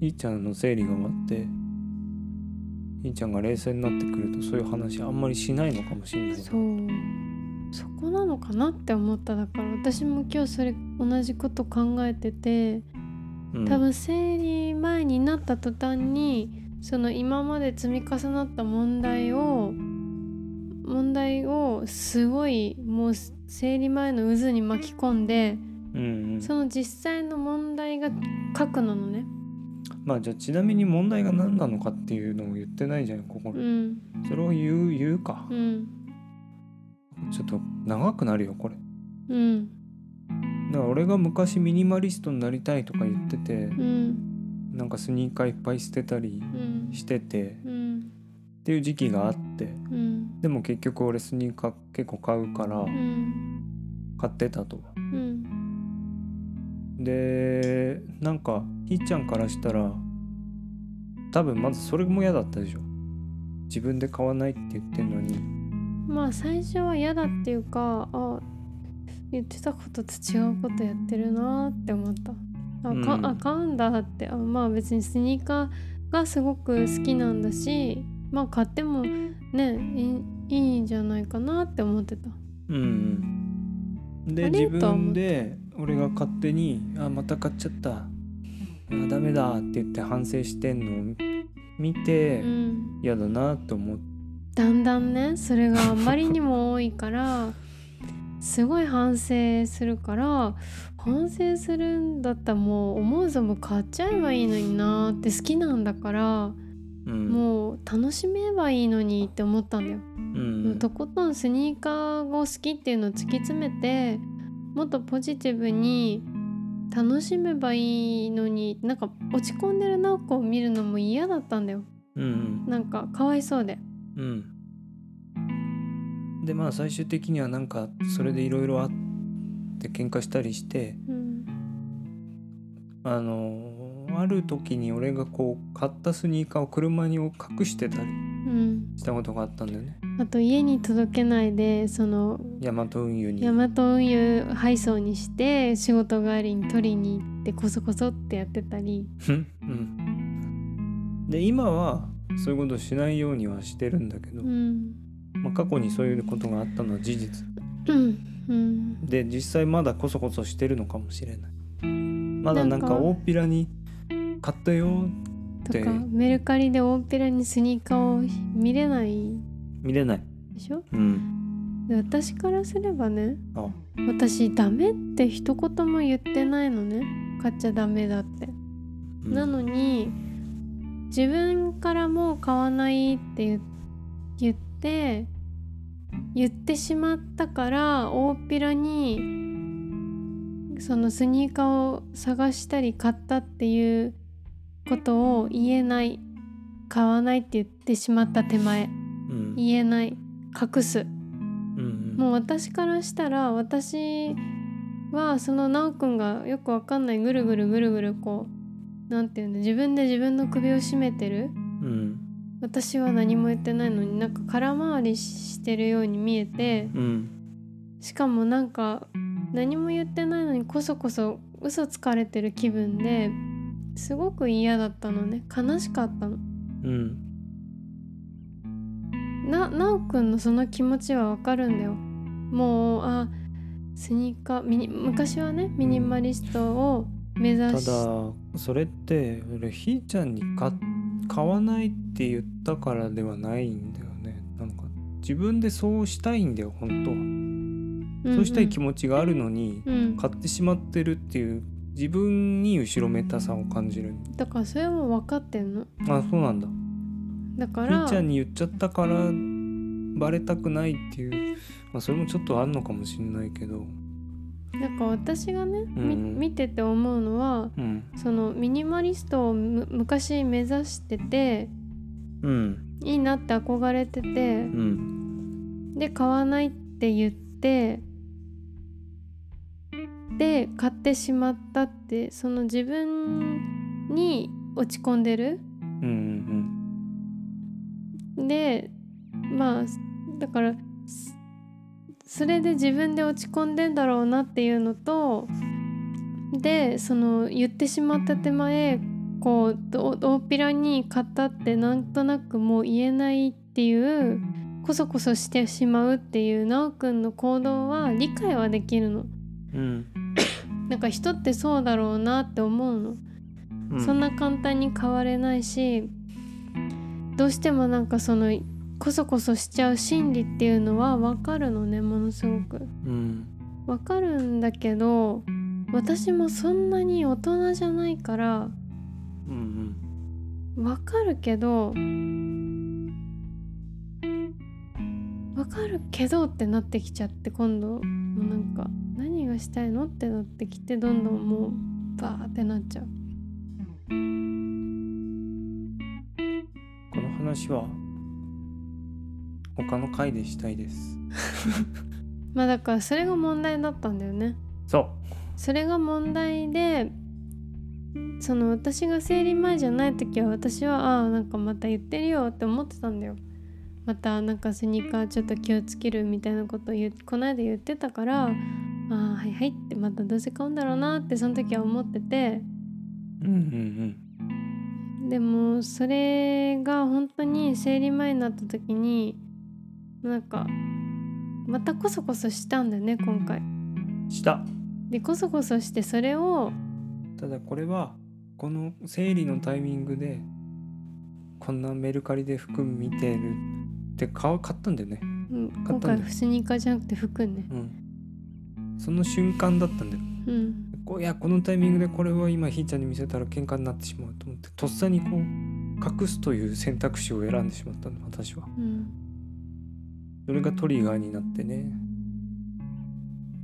いいちゃんの生理が終わっていいちゃんが冷静になってくるとそういう話あんまりしないのかもしれないなそうそこなのかなって思っただから私も今日それ同じこと考えててうん多分生理前になった途端にその今まで積み重なった問題を問題をすごいもう生理前の渦に巻き込んでうんうんその実際の問題が核なのね。まあじゃあちなみに問題が何なのかっていうのも言ってないじゃんここうんそれを言う言うかうんちょっと長くなるよこれうんだから俺が昔ミニマリストになりたいとか言っててうんなんかスニーカーいっぱい捨てたりうんしててうんっていう時期があってうんでも結局俺スニーカー結構買うからうん買ってたとうんでなんかひーちゃんからしたら多分まずそれも嫌だったでしょ自分で買わないって言ってんのにまあ最初は嫌だっていうかあ言ってたことと違うことやってるなーって思ったあか、うんあ買うんだってあまあ別にスニーカーがすごく好きなんだしまあ買ってもねいいいいんじゃないかなって思ってたうんあでれ自分で俺が勝手に「あまた買っちゃったあダメだ」って言って反省してんのを見うてん嫌だなと思ってだんだんねそれがあまりにも多いからすごい反省するから反省するんだったらもう思う存分買っちゃえばいいのになーって好きなんだからうんもう楽しめばいいのにって思ったんだよ。うんとことんスニーカーを好きっていうのを突き詰めてもっとポジティブに楽しめばいいのになんか落ち込んでる直子を見るのも嫌だったんだようんなんかかわいそうで。うんでまあ最終的にはなんかそれでいろいろあって喧嘩したりしてうんあのある時に俺がこう買ったスニーカーを車に隠してたりうんしたことがあったんだよねあと家に届けないでそのヤマト運輸にヤマト運輸配送にして仕事帰りに取りに行ってこそこそってやってたりうん、で今はそういうことをしないようにはしてるんだけど、うんまあ、過去にそういうことがあったのは事実うんうんで実際まだこそこそしてるのかもしれないまだなんなかんか大っぴらに買ったよとでかメルカリで大っぴらにスニーカーを見れない見れない、でしょうん、で私からすればねあ私ダメって一言も言ってないのね買っちゃダメだってうんなのに自分からもう買わないって言言って言ってしまったから大っぴらにそのスニーカーを探したり買ったっていうことを言えない買わないって言ってしまった手前うん言えない隠すうんもう私からしたら私はその奈くんがよくわかんないぐるぐるぐるぐるこうなんていうの自分で自分の首を絞めてるうん私は何も言ってないのになんか空回りしてるように見えてうんしかもなんか何も言ってないのにこそこそ嘘つかれてる気分ですごく嫌だったのね悲しかったの。うんななおくんのその気持ちはわかるんだよもうあスニーカーミニ昔はねミニマリストを目た指だしそれって俺ひーちゃんに買買わないって言ったからではないんだよねなんか自分でそうしたいんだよ本当はそうしたい気持持ちち、があるのに、うん、買ってしまってるっていう自分に後ろめたさを感じるだからそれも分かってんのあそうなんだだかひーらちゃんに言っちゃったからバレたくないっていう、まあ、それもちょっとあんのかもしれないけどなんか私がね、みうん見てて思うのはうんそのミニマリストをむ昔目指しててうんいいなって憧れててうんで買わないって言ってで買ってしまったってその自分に落ち込んでるうんうんでまあだからすそれで自分で落ち込んでんだろうなっていうのとでその言ってしまった手前こうど大っぴらに買ったってなんとなくもう言えないっていうこそこそしてしまうっていうなおくんの行動は理解はできるのうんなんか人ってそうだろうなって思うのうんそんな簡単に変われないしどうしてもなんかそのこそこそしちゃう心理っていうのは分かるのねものすごくうん分かるんだけど私もそんなに大人じゃないからうん分かるけど分かるけどってなってきちゃって今度もうなんか何がしたいのってなってきてどんどんもうバーってなっちゃうこの話は他の回でしたいですまあだからそれが問題だったんだよねそそれが問題でその私が生理前じゃない時は私はああーなんかまた言ってるよって思ってたんだよまたなんかスニーカーちょっと気をつけるみたいなことを言うこの間言ってたからああはいはいってまたどうせ買うんだろうなってその時は思っててううんうんでもそれが本当に生理前になった時になんかまたコソコソしたんだよね今回うんしたでコソコソしてそれをただこれはこの生理のタイミングでこんなメルカリで服見てるって買う買ったんだよねうん買今ったんだよ回スニーカーじゃなくて服ねうんその瞬間だったんだようんこういやこのタイミングでこれは今ひーちゃんに見せたら喧嘩になってしまうと思ってとっさにこう隠すという選択肢を選んでしまったの私はうんそれがトリガーになってね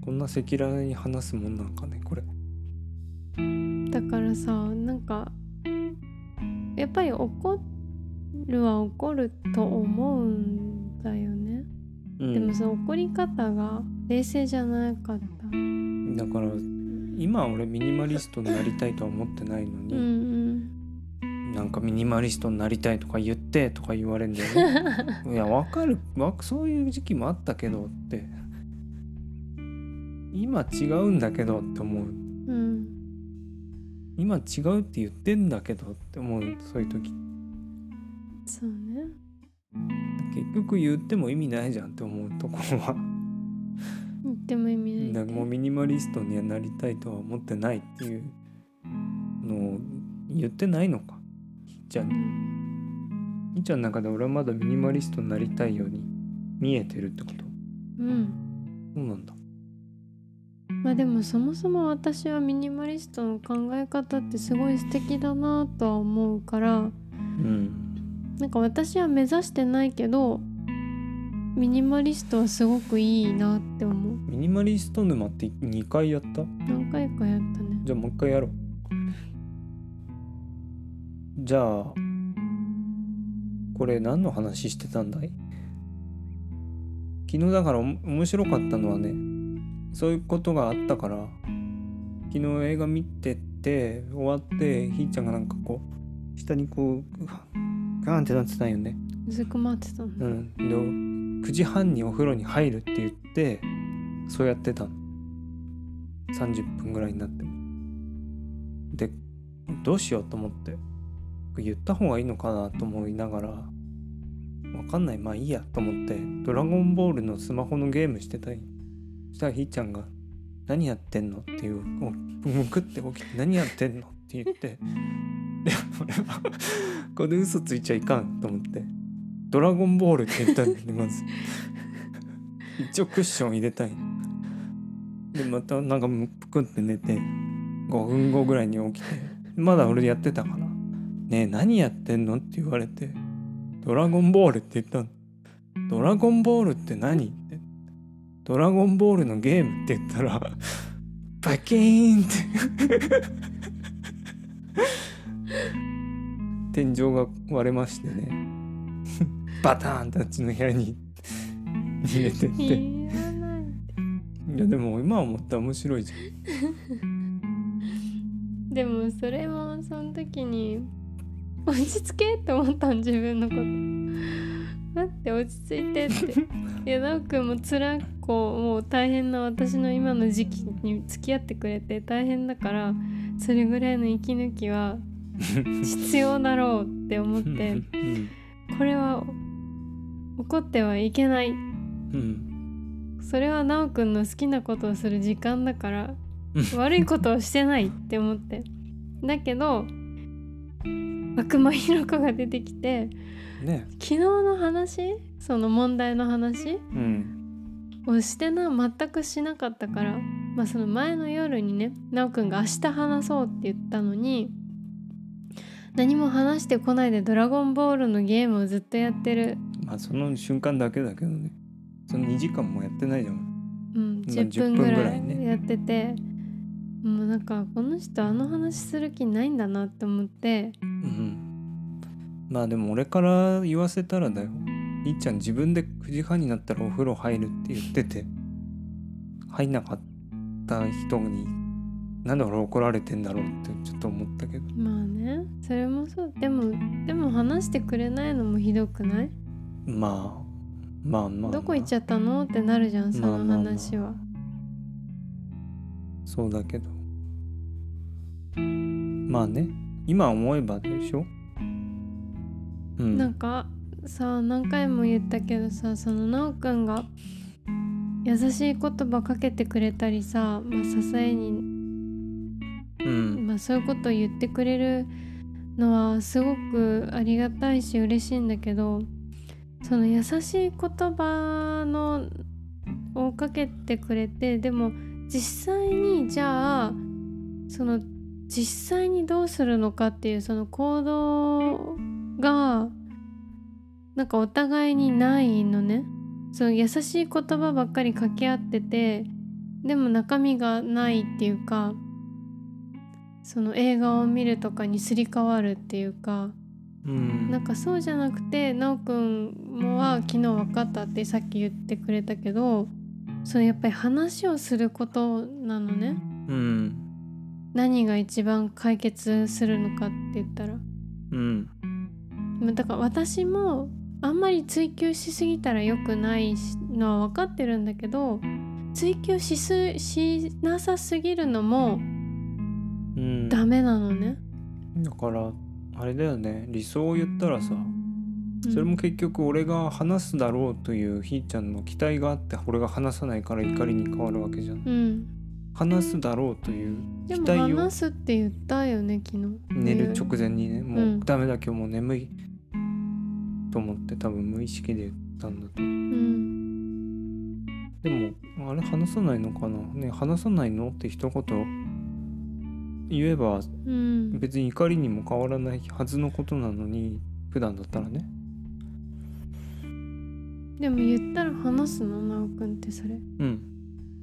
こんな赤裸々に話すもんなんかねこれだからさなんかやっぱり怒るは怒ると思うんだよね、うんでもその怒り方が冷静じゃなかったうんだから今俺ミニマリストになりたいとは思ってないのうに、んなんかミニマリストになりたいとか言ってとか言われるんだよねいやわかるわそういう時期もあったけどって今違うんだけどって思ううん今違うって言ってんだけどって思うそういう時そうね結局言っても意味ないじゃんって思うところは言っても意味ないだからもうミニマリストにはなりたいとは思ってないっていうのを言ってないのかひーちゃんにうんみーちゃんの中で俺はまだミニマリストになりたいように見えてるってことうんそうなんだまあでもそもそも私はミニマリストの考え方ってすごい素敵だなとは思うからうんなんか私は目指してないけどミニマリストはすごくいいなって思うミニマリスト沼って2回やった何回かやったねじゃあもう一回やろうじゃあこれ何の話してたんだい昨日だからおも面白かったのはねそういうことがあったから昨日映画見てて終わってひーちゃんがなんかこう下にこうガーンってなってたんよねうずくまってたうの、ん、で9時半にお風呂に入るって言ってそうやってたの30分ぐらいになってもでどうしようと思って言った方がいいのかなと思いながらわかんないまあいいやと思って「ドラゴンボール」のスマホのゲームしてたいそしたらひーちゃんが「何やってんの?」っていうおむくって起きて「何やってんの?」って言ってで俺はこれで嘘ついちゃいかんと思って「ドラゴンボール」って言ったんでまず一応クッション入れたいでまたなんかむくって寝て5分後ぐらいに起きてまだ俺やってたから「ねえ何やってんの?」って言われて「ドラゴンボール」って言ったの「ドラゴンボールって何?」って「ドラゴンボールのゲーム」って言ったらバキーンって天井が割れましてねバターンってあっちの部屋に逃げてって。いらないいやでも今思ったら面白いじでもそれもその時に落ち着けって思ったん自分のこと待って落ち着いてっていやなおくんも辛くこうもう大変な私の今の時期に付き合ってくれて大変だからそれぐらいの息抜きは必要だろうって思っゃん。 てうんこれは怒ってはいけないうんそれはなおくんの好きなことをする時間だからうん悪いことをしてないって思ってだけど悪魔ひろ子が出てきてね昨日の話その問題の話うんをしてな全くしなかったからまあその前の夜にねなおくんが明日話そうって言ったのに何も話してこないで「ドラゴンボール」のゲームをずっとやってるまあその瞬間だけだけどねその2時間もやってないじゃんうん、 10 10分分ぐぐららいねいやってて、もうなんかこの人あの話する気ないんだなって思ってうんまあでも俺から言わせたらだよいっちゃん自分で9時半になったらお風呂入るって言ってて入んなかった人になんで俺怒られてんだろうってちょっと思ったけどまあねそれもそうでもでも話してくれないのもひどくない、まあまあまあ、どこ行っちゃゃったのってなるじゃんそまあまのあまあ話は、そうだけどまあね今思えばでしょうんなんかさ何回も言ったけどさその奈くんが優しい言葉かけてくれたりさ、まあ、支えにうんまあ、そういうことを言ってくれるのはすごくありがたいし嬉しいんだけどその優しい言葉のをかけてくれてでも実際にじゃあその実際にどうするのかっていうその行動がなんかお互いにないのねその優しい言葉ばっかり掛け合っててでも中身がないっていうかその映画を見るとかにすり替わるっていうかうんなんかそうじゃなくて奈くんもは昨日分かったってさっき言ってくれたけどそのやっぱり話をすることなのねうん何が一番解決するのかって言ったらうんまあだから私もあんまり追求しすぎたら良くないしのは分かってるんだけど追求しすしなさすぎるのもうんダメなのね。だからあれだよね理想を言ったらさうんそれも結局俺が話すだろうというひーちゃんの期待があって俺が話さないから怒りに変わるわけじゃんうん話すだろうというでも期待を話すって言ったよね昨日寝る直前にねうもうんダメだ今日もう眠いと思って多分無意識で言ったんだとうんでもあれ話さないのかなね話さないのって一言言えばうん別に怒りにも変わらないはずのことなのに普段だったらねでも言ったら話すのなおくんってそれうん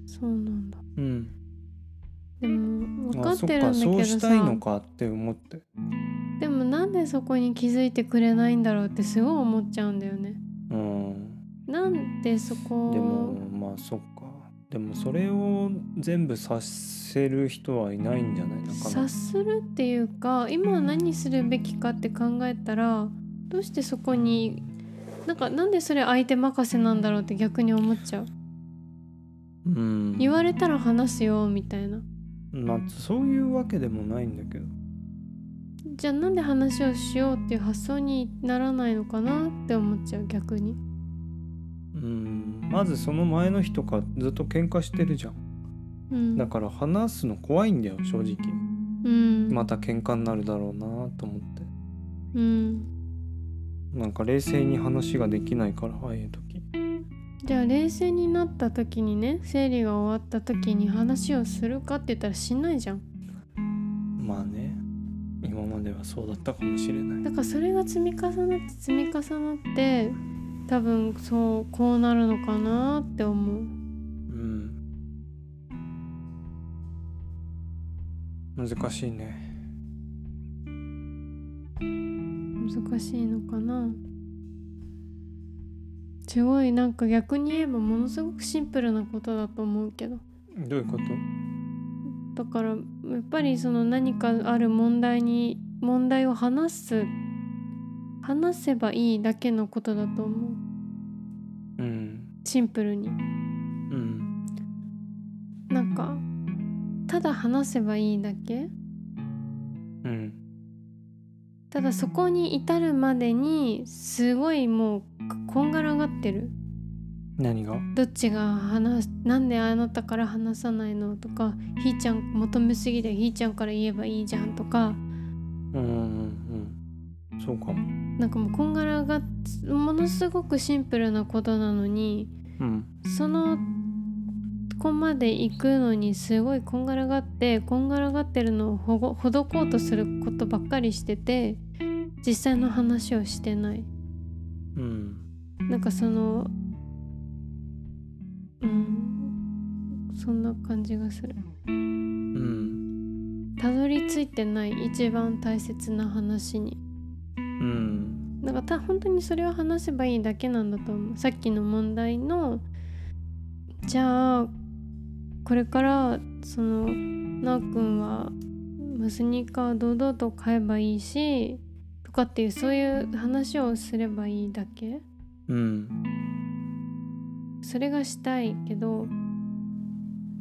そうなんだうんでも分かあっそってるんだかけそうどしたいさのかって思ってでもなんでそこに気づいてくれないんだろうってすごい思っちゃうんだよねうんなんでそこでもまあそっかでもそれを全部させる人はいないんじゃないなか察なするっていうか今何するべきかって考えたらどうしてそこになんかなんでそれ相手任せなんだろうって逆に思っちゃううん言われたら話すよみたいなまあそういうわけでもないんだけどじゃあなんで話をしようっていう発想にならないのかなって思っちゃう逆にうんまずその前の日とかずっと喧嘩してるじゃんうんだから話すの怖いんだよ正直うんまた喧嘩になるだろうなと思ってうんなんか冷静に話ができないからああいう時じゃあ冷静になった時にね生理が終わった時に話をするかって言ったらしないじゃんまあね今まではそうだったかもしれないだからそれが積み重なって積み重なって多分そうこうなるのかなって思ううん難しいね難しいのかなすごいなんか逆に言えばものすごくシンプルなことだと思うけどどういうことだからやっぱりその何かある問題に問題を話す話せばいいだけのことだと思ううんシンプルにうんなんかただ話せばいいだけうんただそこに至るまでにすごいもうこんがらがってる何がどっちが話すなんであなたから話さないのとかひーちゃん求めすぎでひーちゃんから言えばいいじゃんとかうんうんうんそうかもなんかもうこんがらがっものすごくシンプルなことなのにうんそのここまで行くのにすごいこんがらがってこんがらがってるのをほごほどこうとすることばっかりしてて実際の話をしてないうんなんかそのうんそんな感じがするうんたどり着いてない一番大切な話にうんなんかた本当にそれを話せばいいだけなんだと思うさっきの問題のじゃあこれからそのなあくんはまあスニーカー堂々と買えばいいしとかっていうそういう話をすればいいだけうんそれがしたいけど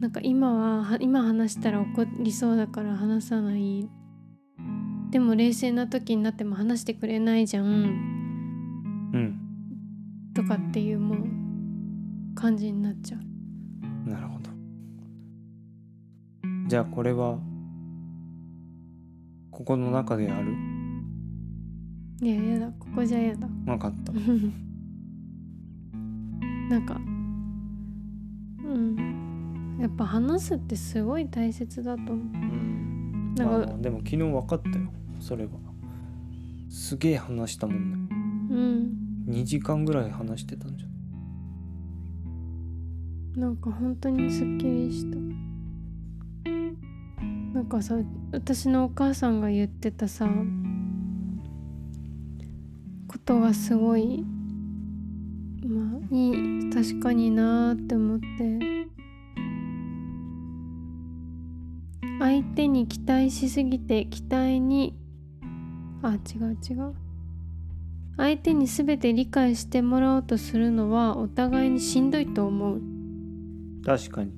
なんか今はは今話したら怒りそうだから話さないでも冷静な時になっても話してくれないじゃんうんとかっていうもう感じになっちゃうなるほどじゃあこれはここの中でやるいややだここじゃやだ 分かったなんかうんやっぱ話すってすごい大切だと思うんうなんあかのでも昨日分かったよそれはすげえ話したもんねうん2時間ぐらい話してたんじゃんなんか本当にすっきりしたなんかさ私のお母さんが言ってたさことはすごいまあいい確かになーって思って相手に期待しすぎて期待にあ違う違う相手に全て理解してもらおうとするのはお互いにしんどいと思う確かに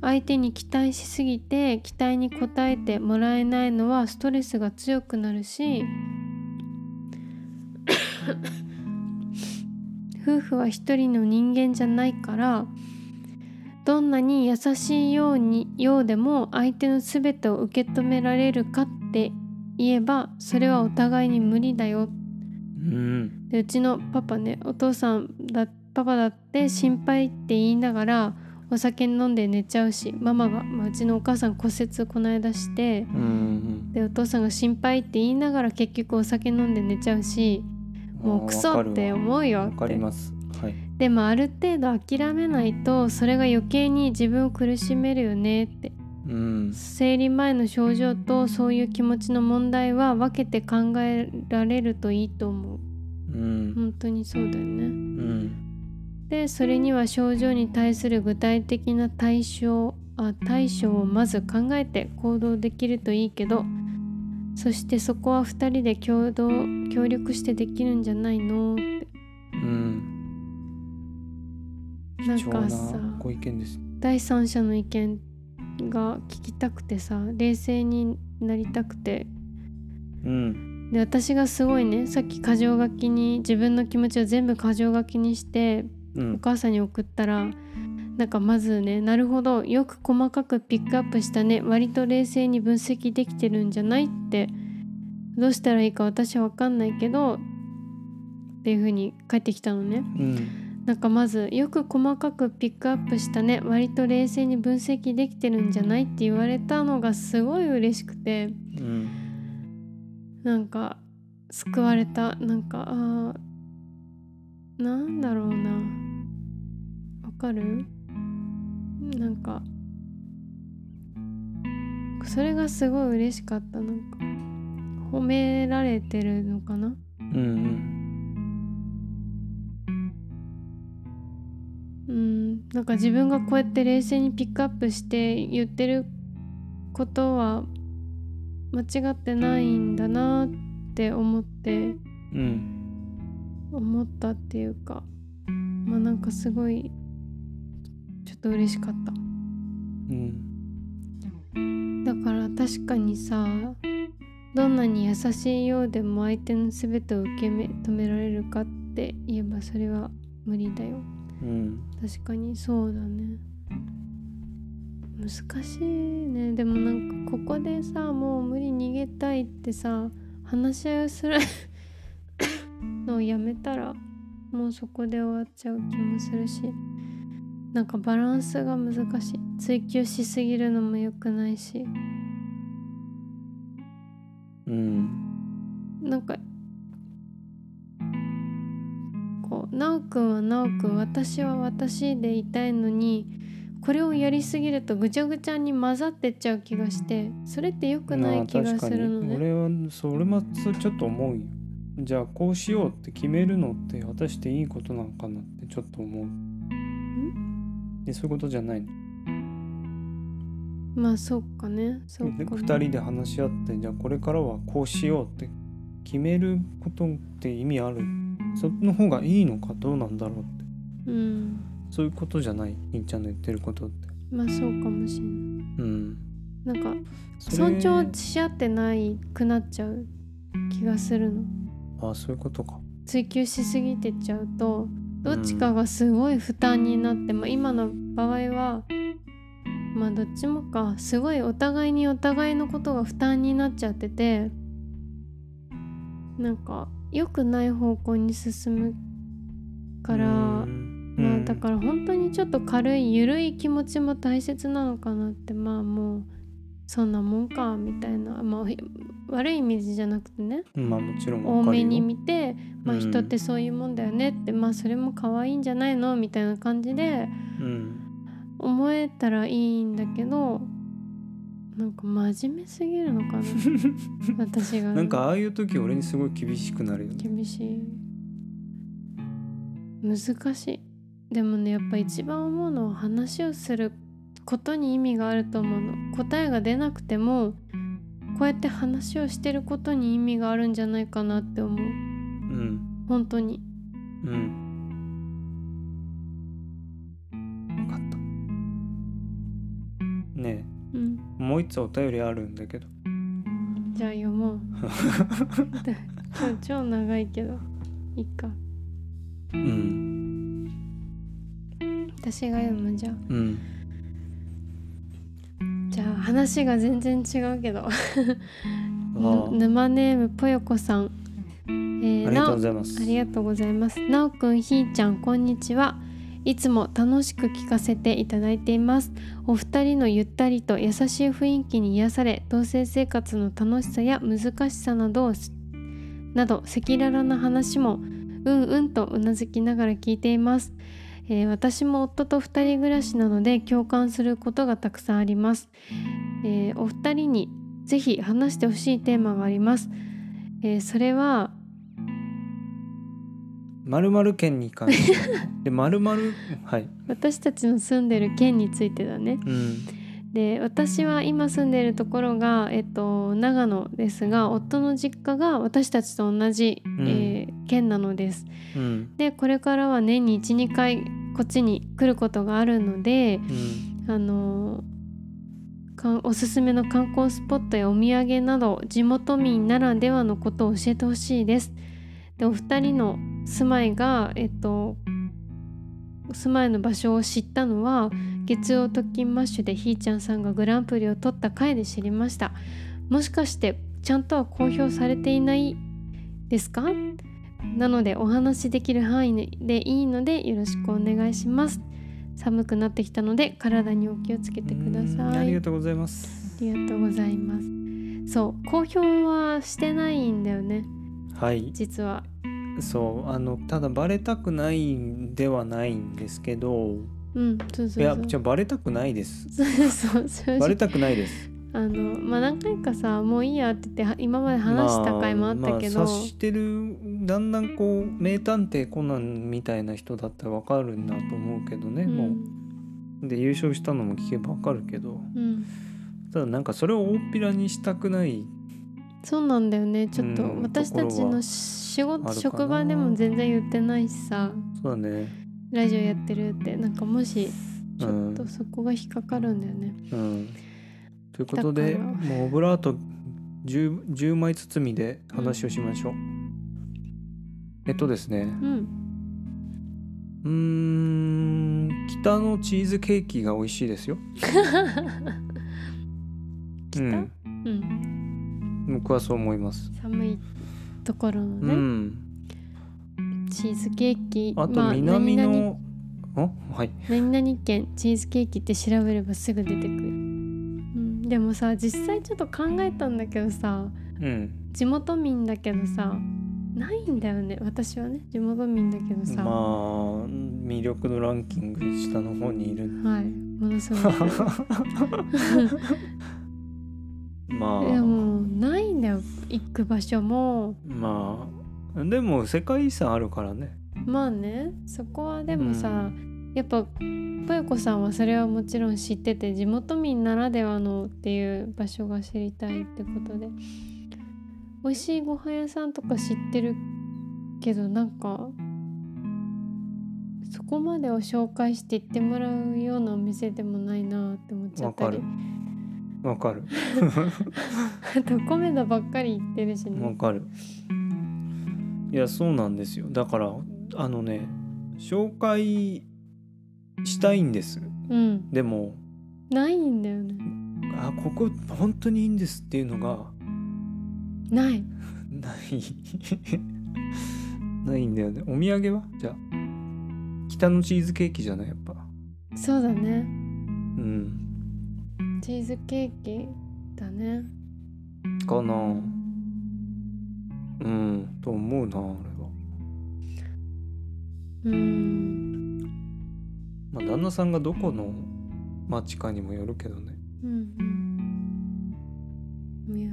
相手に期待しすぎて期待に応えてもらえないのはストレスが強くなるし夫婦は一人の人間じゃないからどんなに優しいようにようでも相手の全てを受け止められるかって言えばそれはお互いに無理だようんでうちのパパねお父さんだパパだって心配って言いながらお酒飲んで寝ちゃうしママが、まあ、うちのお母さん骨折この間してうんうんでお父さんが心配って言いながら結局お酒飲んで寝ちゃうしもうクソって思うよわっかりてますはいでもある程度諦めないとそれが余計に自分を苦しめるよねってうん生理前の症状とそういう気持ちの問題は分けて考えられるといいと思ううん本当にそうだよねうんでそれには症状に対する具体的な対象あ対処をまず考えて行動できるといいけどそしてそこは2人で共同協力してできるんじゃないのってうんなん貴重かさなご意見です第三者の意見が聞きたくてさ冷静になりたくてうんで私がすごいねさっき箇条書きに自分の気持ちを全部箇条書きにしてうおん母さんに送ったらなんかまずね「なるほどよく細かくピックアップしたね割と冷静に分析できてるんじゃない?」って「どうしたらいいか私は分かんないけど」っていう風に返ってきたのねうんなんかまず「よく細かくピックアップしたね割と冷静に分析できてるんじゃない?」って言われたのがすごい嬉しくて。うんなんか救われたなんかあーなんだろうなわかるなんかそれがすごい嬉しかったなんか褒められてるのかなうんうんなんか自分がこうやって冷静にピックアップして言ってることは間違ってないんだなって思ってうん思ったっていうかまあなんかすごいちょっと嬉しかったうんだから確かにさどんなに優しいようでも相手の全てを受け止められるかって言えばそれは無理だようん確かにそうだね難しいねでもなんかここでさもう無理逃げたいってさ話し合いをする のをやめたらもうそこで終わっちゃう気もするしなんかバランスが難しい追求しすぎるのも良くないしうんなんかこなおくんはなおくん私は私でいたいのにこれをやりすぎるとぐちゃぐちゃに混ざってっちゃう気がしてそれって良くない気がするのね。俺はそれもそうちょっと思うよじゃあこうしようって決めるのって果たしていいことなのかなってちょっと思うえそういうことじゃないのまあそうかねそうかね2人で話し合ってじゃあこれからはこうしようって決めることって意味あるその方がいいのかどうなんだろうってうんそういうことじゃないいんちゃんの言ってることってまあそうかもしれなうい。んなんかそれ尊重し合ってないくなっちゃう気がするのあそういうことか追求しすぎてっちゃうとどっちかがすごい負担になって、まあ今の場合はまあどっちもかすごいお互いにお互いのことが負担になっちゃっててなんか良くない方向に進むから、うんまうあんだから本当にちょっと軽い緩い気持ちも大切なのかなってまあもうそんなもんかみたいな、まあ、ひ悪い意味じゃなくてねまあもちろん多わかるめよに見て、まあ、うん人ってそういうもんだよねって、まあそれも可愛いんじゃないのみたいな感じでうん思えたらいいんだけどなんか真面目すぎるの かな私がね、なんかああいう時俺にすごい厳しくなるよね厳しい難しいでもねやっぱ一番思うのは話をすることに意味があると思うの答えが出なくてもこうやって話をしてることに意味があるんじゃないかなって思ううん本当にうん分かったねうんえもう一つお便りあるんだけどじゃあ読もう 今日超長いけどいいかうん私が読むじゃあうんじゃあ話が全然違うけどあぬ沼ネームぽよこさん、えーあありがとうございますありがとうございます。なおくん、ひーちゃん、こんにちは。いつも楽しく聞かせていただいています。お二人のゆったりと優しい雰囲気に癒され、同棲生活の楽しさや難しさなどをしなど赤裸々な話もうんうんとうなずきながら聞いています。えー私も夫と二人暮らしなので共感することがたくさんあります。えーお二人にぜひ話してほしいテーマがあります。えーそれは〇〇県に関してで〇〇はい私たちの住んでる県についてだねうんで私は今住んでるところが、えっと、長野ですが夫の実家が私たちと同じ、んえー県なのですうんでこれからは年に12回こっちに来ることがあるのでうんあのかんおすすめの観光スポットやお土産など地元民ならではのことを教えてほしいです。でお二人の住まいが、えっと、住まいの場所を知ったのは月曜特勤マッシュでひーちゃんさんがグランプリを取った回で知りました。もしかしてちゃんとは公表されていないですかなのでお話しできる範囲でいいのでよろしくお願いします。寒くなってきたので体にお気をつけてくだうんさあい。りがとうございますありがとうございます。そう、公表はしてないんだよね、はい実は。そうあのただバレたくないんではないんですけどうん、そういそうやそう。じゃあバレたくないですそうそう正バレ直たくないですあのまあ何回かさもういいやって言って今まで話した回もあったけど、まあまあ察してるだんだんこう名探偵コナンみたいな人だったらわかるんだと思うけどね、うん、もうで優勝したのも聞けばわかるけどうんただなんかそれを大っぴらにしたくないそうなんだよねちょっとうん私たちところのは仕あるか事な職場でも全然言ってないしさそうだねラジオやってるってなんかもしちょっうとんそこが引っかかるんだよね、うんということでだからもうオブラート 10, 10枚包みで話をしましょう、えっとですねうんうーん北のチーズケーキが美味しいですよ 北うんうん僕はそう思います、寒いところのうね、んチーズケーキあまと南何々の、あ、はい何々県チーズケーキって調べればすぐ出てくる、うん、でもさ実際ちょっと考えたんだけどさうん地元民だけどさないんだよね私はね地元民だけどさ、まあ魅力度ランキング下の方にい るはいもの すごくまいやあもうないんだよ行く場所もまあでも世界遺産あるからねまあねそこはでもさ、うやっぱぽよこさんはそれはもちろん知ってて地元民ならではのっていう場所が知りたいってことで美味しいご飯屋さんとか知ってるけどなんかそこまでを紹介して行ってもらうようなお店でもないなって思っちゃわったかりるわかる あと米田ばっかり行ってるしわねかるいやそうなんですよだからあのね紹介したいんですうんでもないんだよねあここ本当にいいんですっていうのがないない ないんだよねお土産はじゃあ北のチーズケーキじゃないやっぱそうだねうんチーズケーキだねかなうんと思うなあれはうんまあ旦那さんがどこの町かにもよるけどねうんうんお土産ね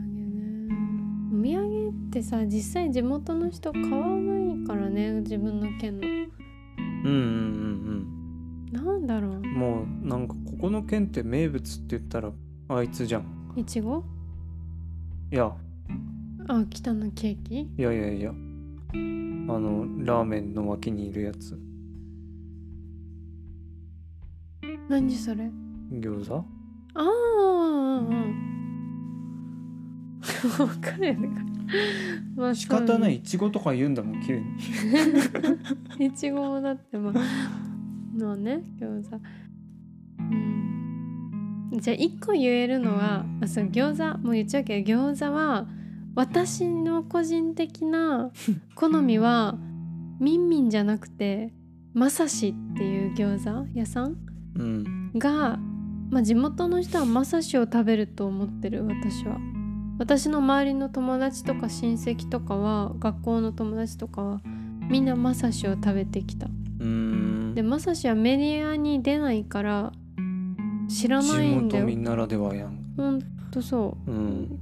お土産ってさ実際地元の人買わないからね自分の県のうんうんうんなんだろううんもうなんかここの県って名物って言ったらあいつじゃんいちごいやあ北のケーキいやいやいやあのラーメンの脇にいるやつ何それ餃子ああうんうんうん わかるよねまあ仕方ないいいちごとか言うんだもん急にいちごもだってまあのね餃子うんじゃあ1個言えるのはあそう餃子もう言っちゃうけど餃子は私の個人的な好みはみんみんじゃなくてまさしっていう餃子屋さんうんが、まあ、地元の人はまさしを食べると思ってる私は私の周りの友達とか親戚とかは学校の友達とかはみんなまさしを食べてきたうーんでまさしはメディアに出ないから知ら地ないんだ元よ民ならではやんほんとそうう、ん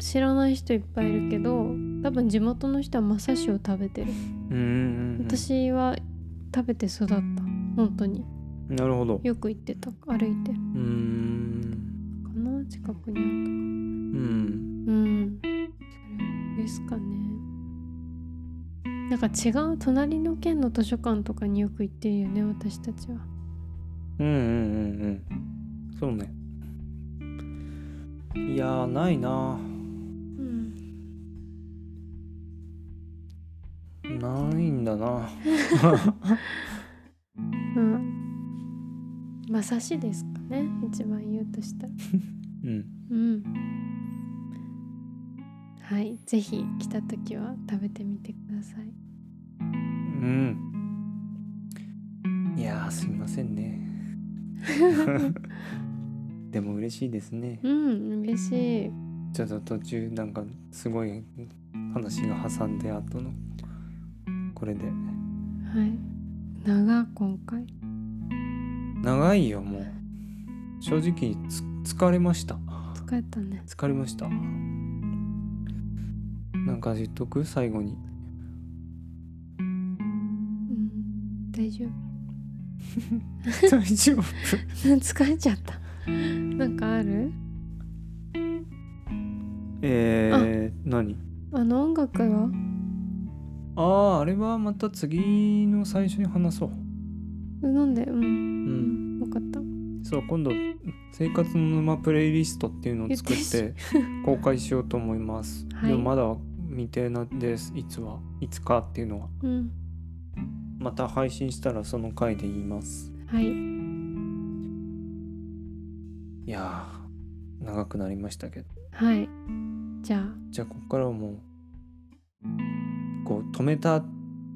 知らない人いっぱいいるけど多分地元の人はまさしを食べてるうんうん私は食べて育った本当にうんなるほどよく行ってた歩いてるうーんかな近くにあるうんうん。それですかね。なんか違う隣の県の図書館とかによく行ってるよね私たちは。うんうんうんうんそうねいやーないなうん。ないんだなうん。まさしですかね一番言うとしたら。うんうん。はいぜひ来た時は食べてみてください。うんいやーすいませんねでも嬉しいですねうん嬉しい。ちょっと途中なんかすごい話が挟んで後のこれではい。長今回。長いよもう正直つ疲れました疲れたね。疲れましたなんか言っとく最後にうん大丈夫。大 丈夫疲れちゃった。なんかある？えー、何あの音楽はあああれはまた次の最初に話そうなんでううんん分かったそう今度生活の沼プレイリストっていうのを作っ言って 公開しようと思います、はいでもまだ未定なんですいつはいつかっていうのはうんまた配信したらその回で言いますはいいやー長くなりましたけどはいじゃあじゃあここからはもうこう止めたっ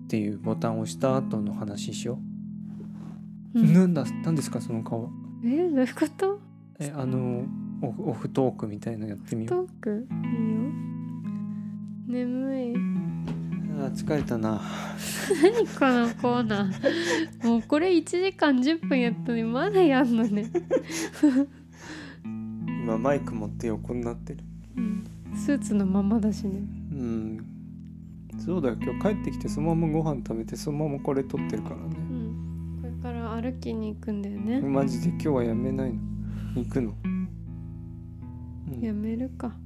ていうボタンを押した後の話しようう、んなんだなんですかその顔えどういうことえあのオフオフトークみたいなのやってみよトークいいよ眠いあー疲れたな何このコーナ ーもうこれ1時間10分やったのにまだやんのね、今マイク持って横になってるうん、スーツのままだしねうんそうだよ今日帰ってきてそのままご飯食べてそのままこれ撮ってるからねうんこれから歩きに行くんだよねマジで今日はやめないの行くの、うんやめるか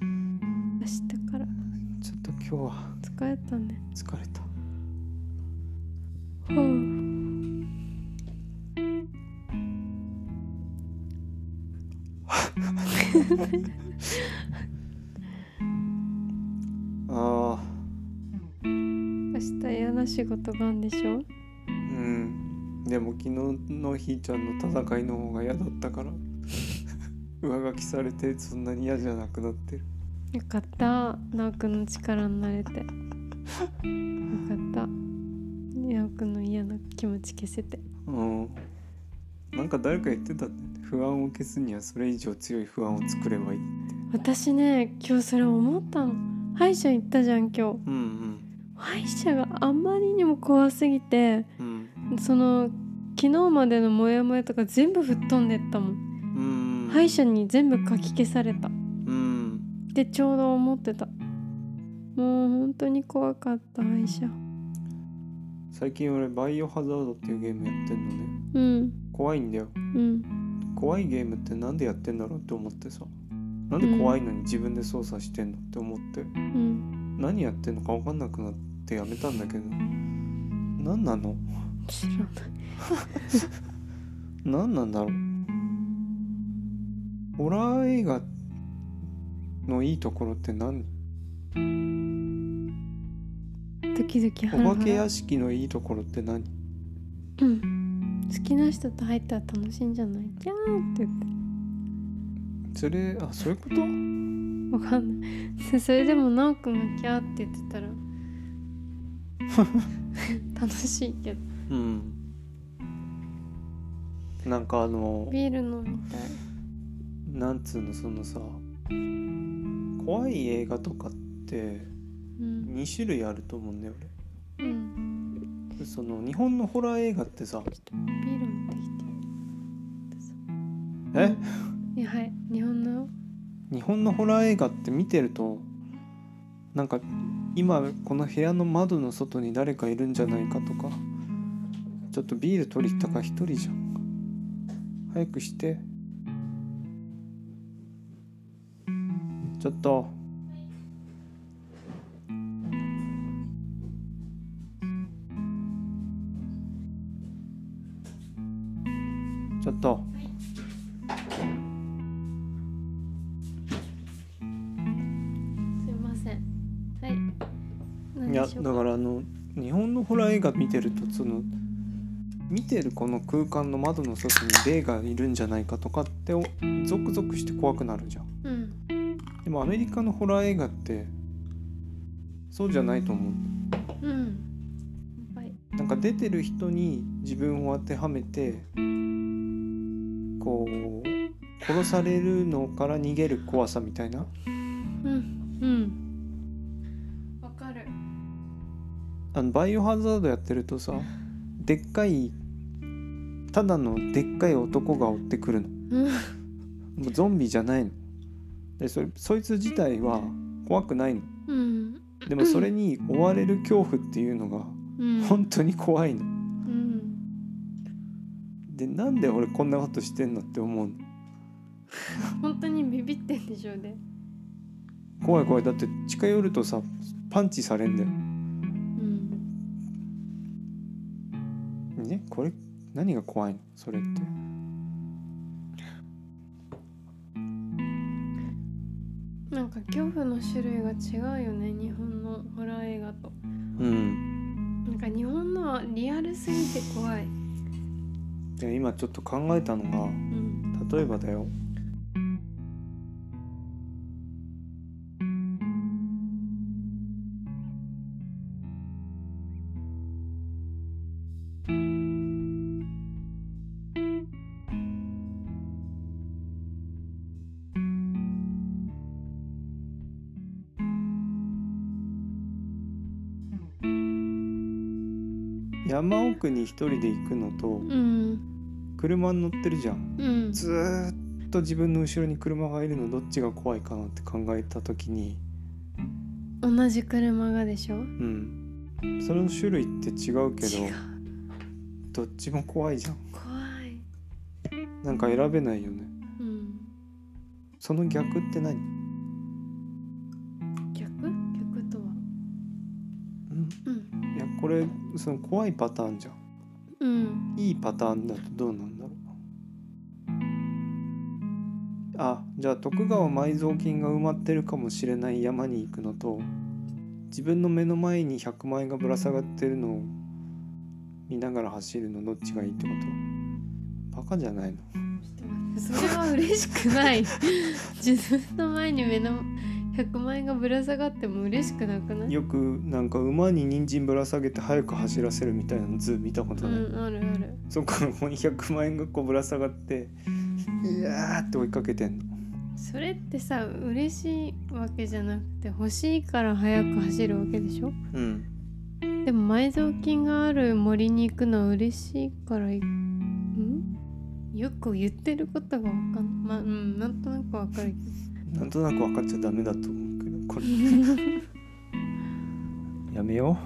明日からちょっと今日は疲れたね疲れたはあああ明日嫌な仕事があるんでしょうんでも昨日のひーちゃんの戦いの方が嫌だったから 上書きされてそんなに嫌じゃなくなってるよかった直くんの力になれ てよかった直くんの嫌な気持ち消せてうんなんか誰か言ってたんだよね不安を消すにはそれ以上強い不安を作ればいいって私ね今日それ思ったの歯医者行ったじゃん今日うん歯医者があまりにも怖すぎてうんうんその昨日までのモヤモヤとか全部吹っ飛んでったもんうん歯医者に全部書き消されたうんでちょうど思ってたもう本当に怖かった歯医者最近俺バイオハザードっていうゲームやってんのねうん怖いんだようん怖いゲームってなんでやってんだろうって思ってさなんで怖いのに自分で操作してんのって思ってうん何やってんのか分かんなくなってやめたんだけど何なの知らない何なんだろうホラー映画のいいところって何ドキドキハラハラお化け屋敷のいいところって何うん好きな人と入ったら楽しいんじゃないキャーって言ってそれあそういうことわかんない でそれでも奈くんがキャーって言ってたら 楽しいけどうんなんかあのビール飲みたいなんつうのそのさ怖い映画とかってうん2種類あると思うんだようん俺その日本のホラー映画ってさちょっとビール持ってきてえいやはい日本の日本のホラー映画って見てるとなんか今この部屋の窓の外に誰かいるんじゃないかとかちょっとビール取り行ったから一人じゃん早くしてちょっとちょっとすいませんはい何いやでしょだうかからあの日本のホラー映画見てるとその見てるこの空間の窓の外に霊がいるんじゃないかとかっておゾクゾクして怖くなるじゃんうんでもアメリカのホラー映画ってそうじゃないと思うんやばいうなんか出てる人に自分を当てはめてこう殺されるのから逃げる怖さみたいなうんうんわかるあのバイオハザードやってるとさでっかいただのでっかい男が追ってくるのうんもうゾンビじゃないのでそれそいつ自体は怖くないのうんでもそれに追われる恐怖っていうのがうん本当に怖いのうんでなんで俺こんなことしてんのって思うの本当にビビってんでしょうね怖い怖いだって近寄るとさパンチされんだようんねこれ何が怖いのそれってなんか恐怖の種類が違うよね日本のホラー映画とうんなんか日本のはリアルすぎて怖い、で今ちょっと考えたのがうん、例えばだよ山奥に一人で行くのとうん車に乗ってるじゃんうんずーっと自分の後ろに車がいるのどっちが怖いかなって考えた時に同じ車がでしょうんその種類って違うけ違うどどっちも怖いじゃん怖いなんか選べないよねうんその逆って何、逆逆とはうん、うんいやこれその怖いパターンじゃんうんいいパターンだとどうなんだろうあじゃあ徳川埋蔵金が埋まってるかもしれない山に行くのと自分の目の前に100万円がぶら下がってるのを見ながら走るのどっちがいいってことバカじゃないのちょっと待ってそれは嬉しくない自分の前に目の100万円がぶら下がっても嬉しくなくないよくなんか馬に人参ぶら下げて早く走らせるみたいなの図見たこうとない、んあるあるそこの100万円がこうぶら下がっていやーって追いかけてんのそれってさ嬉しいわけじゃなくて欲しいから早く走るわけでしょうんでも埋蔵金がある森に行くのは嬉しいからいんよく言ってることがわかんまあうんなんとなくわかるなんとなく分かっちゃダメだと思うけどこれけどやめよ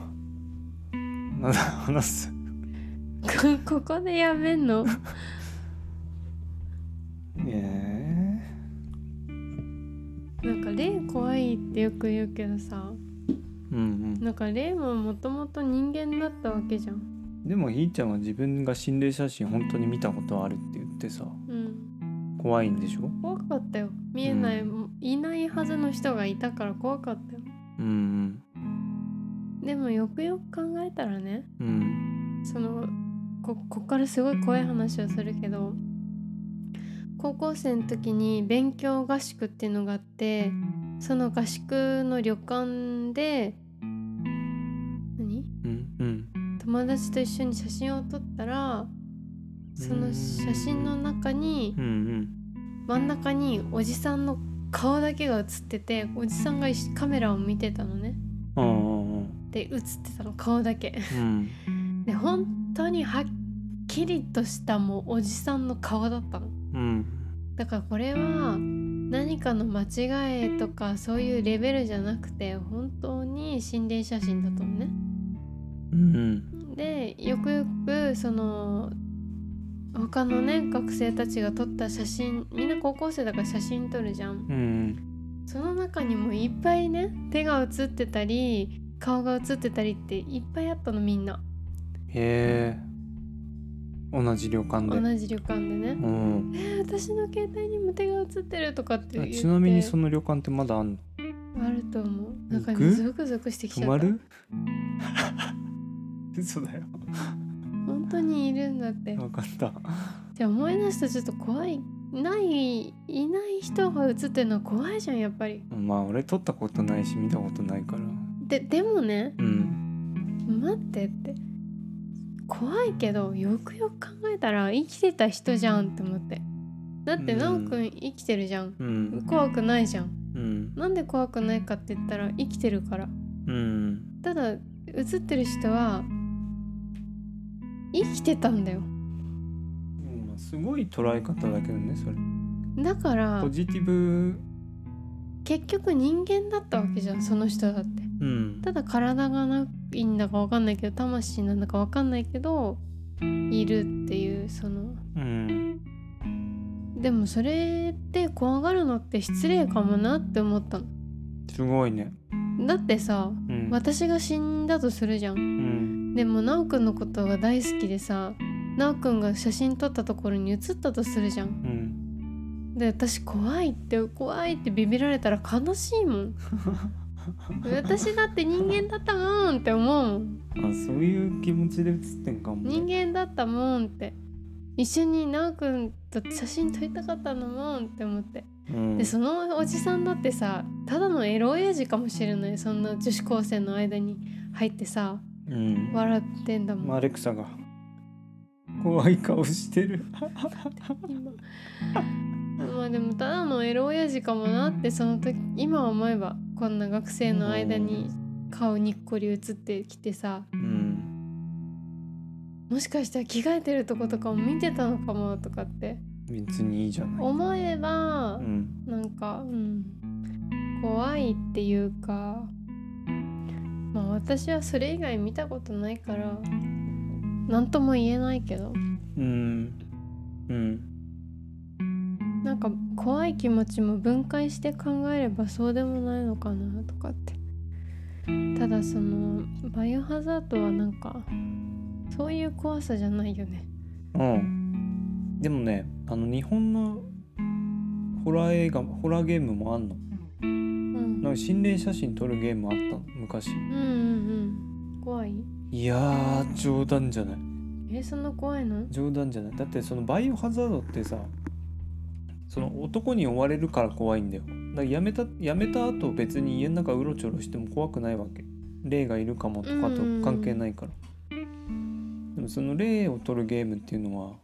うまだ話す こここでやめんのえ なんか霊怖いってよく言うけどさー、うんなんか霊ももともと人間だったわけじゃんうんでもひーちゃんは自分が心霊写真本当に見たことあるって言ってさうん怖いんでしょ怖かったよ見えない、ういないはずの人がいたから怖かったようんでもよくよく考えたらねうんうんそのここっからすごい怖い話をするけど高校生の時に勉強合宿っていうのがあってその合宿の旅館で何うんうん友達と一緒に写真を撮ったらその写真の中にうん真ん中におじさんの顔だけが写ってておじさんが一緒カメラを見てたのねうんああうんで写ってたの顔だけうんで本当にはっきりとしたもうおじさんの顔だったのうんだからこれは何かの間違いとかそういうレベルじゃなくて本当に心霊写真だったのねうんでよくよくその他のね学生たちが撮った写真みんな高校生だから写真撮るじゃんうんその中にもいっぱいね手が写ってたり顔が写ってたりっていっぱいあったのみんなへえ同じ旅館で同じ旅館でねうん「えー私の携帯にも手が写ってる」とかって言あってちなみにその旅館ってまだあんのあると思うなんか行くゾクゾクしてきち泊ゃまったる 嘘だよ本当にいるんだって分かったじゃあ思い出すとちょっと怖いないいない人が写ってるのは怖いじゃんやっぱりまあ俺撮ったことないし見たことないからででもねうん待ってって怖いけどよくよく考えたら生きてた人じゃんって思ってだってうん奈くん生きてるじゃん、うん怖くないじゃんうんなんで怖くないかって言ったら生きてるからうんただ映ってる人は生きてたんだよまあすごい捉え方だけどねそれだからポジティブ結局人間だったわけじゃんその人だってうんただ体がないんだかわかんないけど魂なんだかわかんないけどいるっていうそのうんでもそれって怖がるのって失礼かもなって思ったのすごいねだってさうん私が死んだとするじゃうんんでもなおくんのことが大好きでさなおくんが写真撮ったところに写ったとするじゃんうんで私怖いって怖いってビビられたら悲しいもん私だって人間だったもんって思うもんあそういう気持ちで写ってんかもね人間だったもんって一緒になおくんと写真撮りたかったのもんって思ってうんでそのおじさんだってさただのエロ親父かもしれないそんな女子高生の間に入ってさうん笑ってんだもん、アレクサが怖い顔して る今まあでもただのエロ親父かもなってその時今思えばこんな学生の間に顔にっこり映ってきてさうんもしかしたら着替えてるとことかも見てたのかもとかって別にいいじゃない思えばうんなんか、うん、怖いっていうかまあ私はそれ以外見たことないから何とも言えないけどうんうんなんか怖い気持ちも分解して考えればそうでもないのかなとかってただそのバイオハザードはなんかそういう怖さじゃないよねうんでもねあの日本のホラー映画ホラーゲームもあんのうんなんか心霊写真撮るゲームあったの昔うんうんうん怖いいやー冗談じゃないえそんな怖いの冗談じゃないだってそのバイオハザードってさその男に追われるから怖いんだよだからやめたやめた後別に家の中うろちょろしても怖くないわけ霊がいるかもとかとうん関係ないからでもその霊を取るゲームっていうのは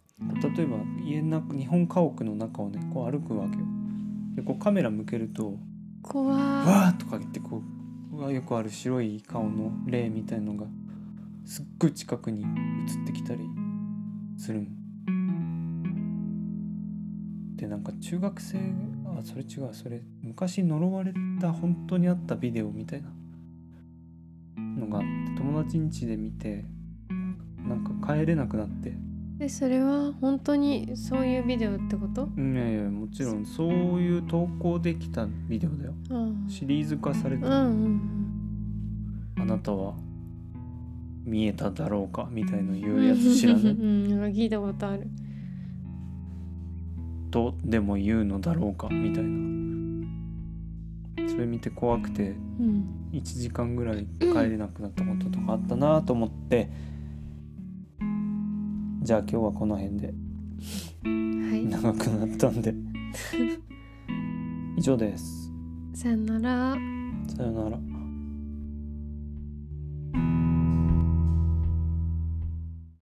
例えば家の中日本家屋の中をねこう歩くわけよでこうカメラ向けると「怖わー!」とか言ってこううわよくある白い顔の霊みたいのがすっごい近くに映ってきたりするんでなんか中学生あそれ違うそれ昔呪われた本当にあったビデオみたいなのがあって友達ん家で見てなんか帰れなくなってでそれは本当にそういうビデオってことうんいやいやもちろんそういう投稿できたビデオだよああうんシリーズ化されたうんあなたは見えただろうかみたいのう言んうやつ知らうないんなんか 聞いたことあるとでも言うのだろうかみたいなそれ見て怖くてうん1時間ぐらい帰れなくなったこととかあったなと思ってじゃあ今日はこの辺では長くなったんで以上ですいさよならさよなら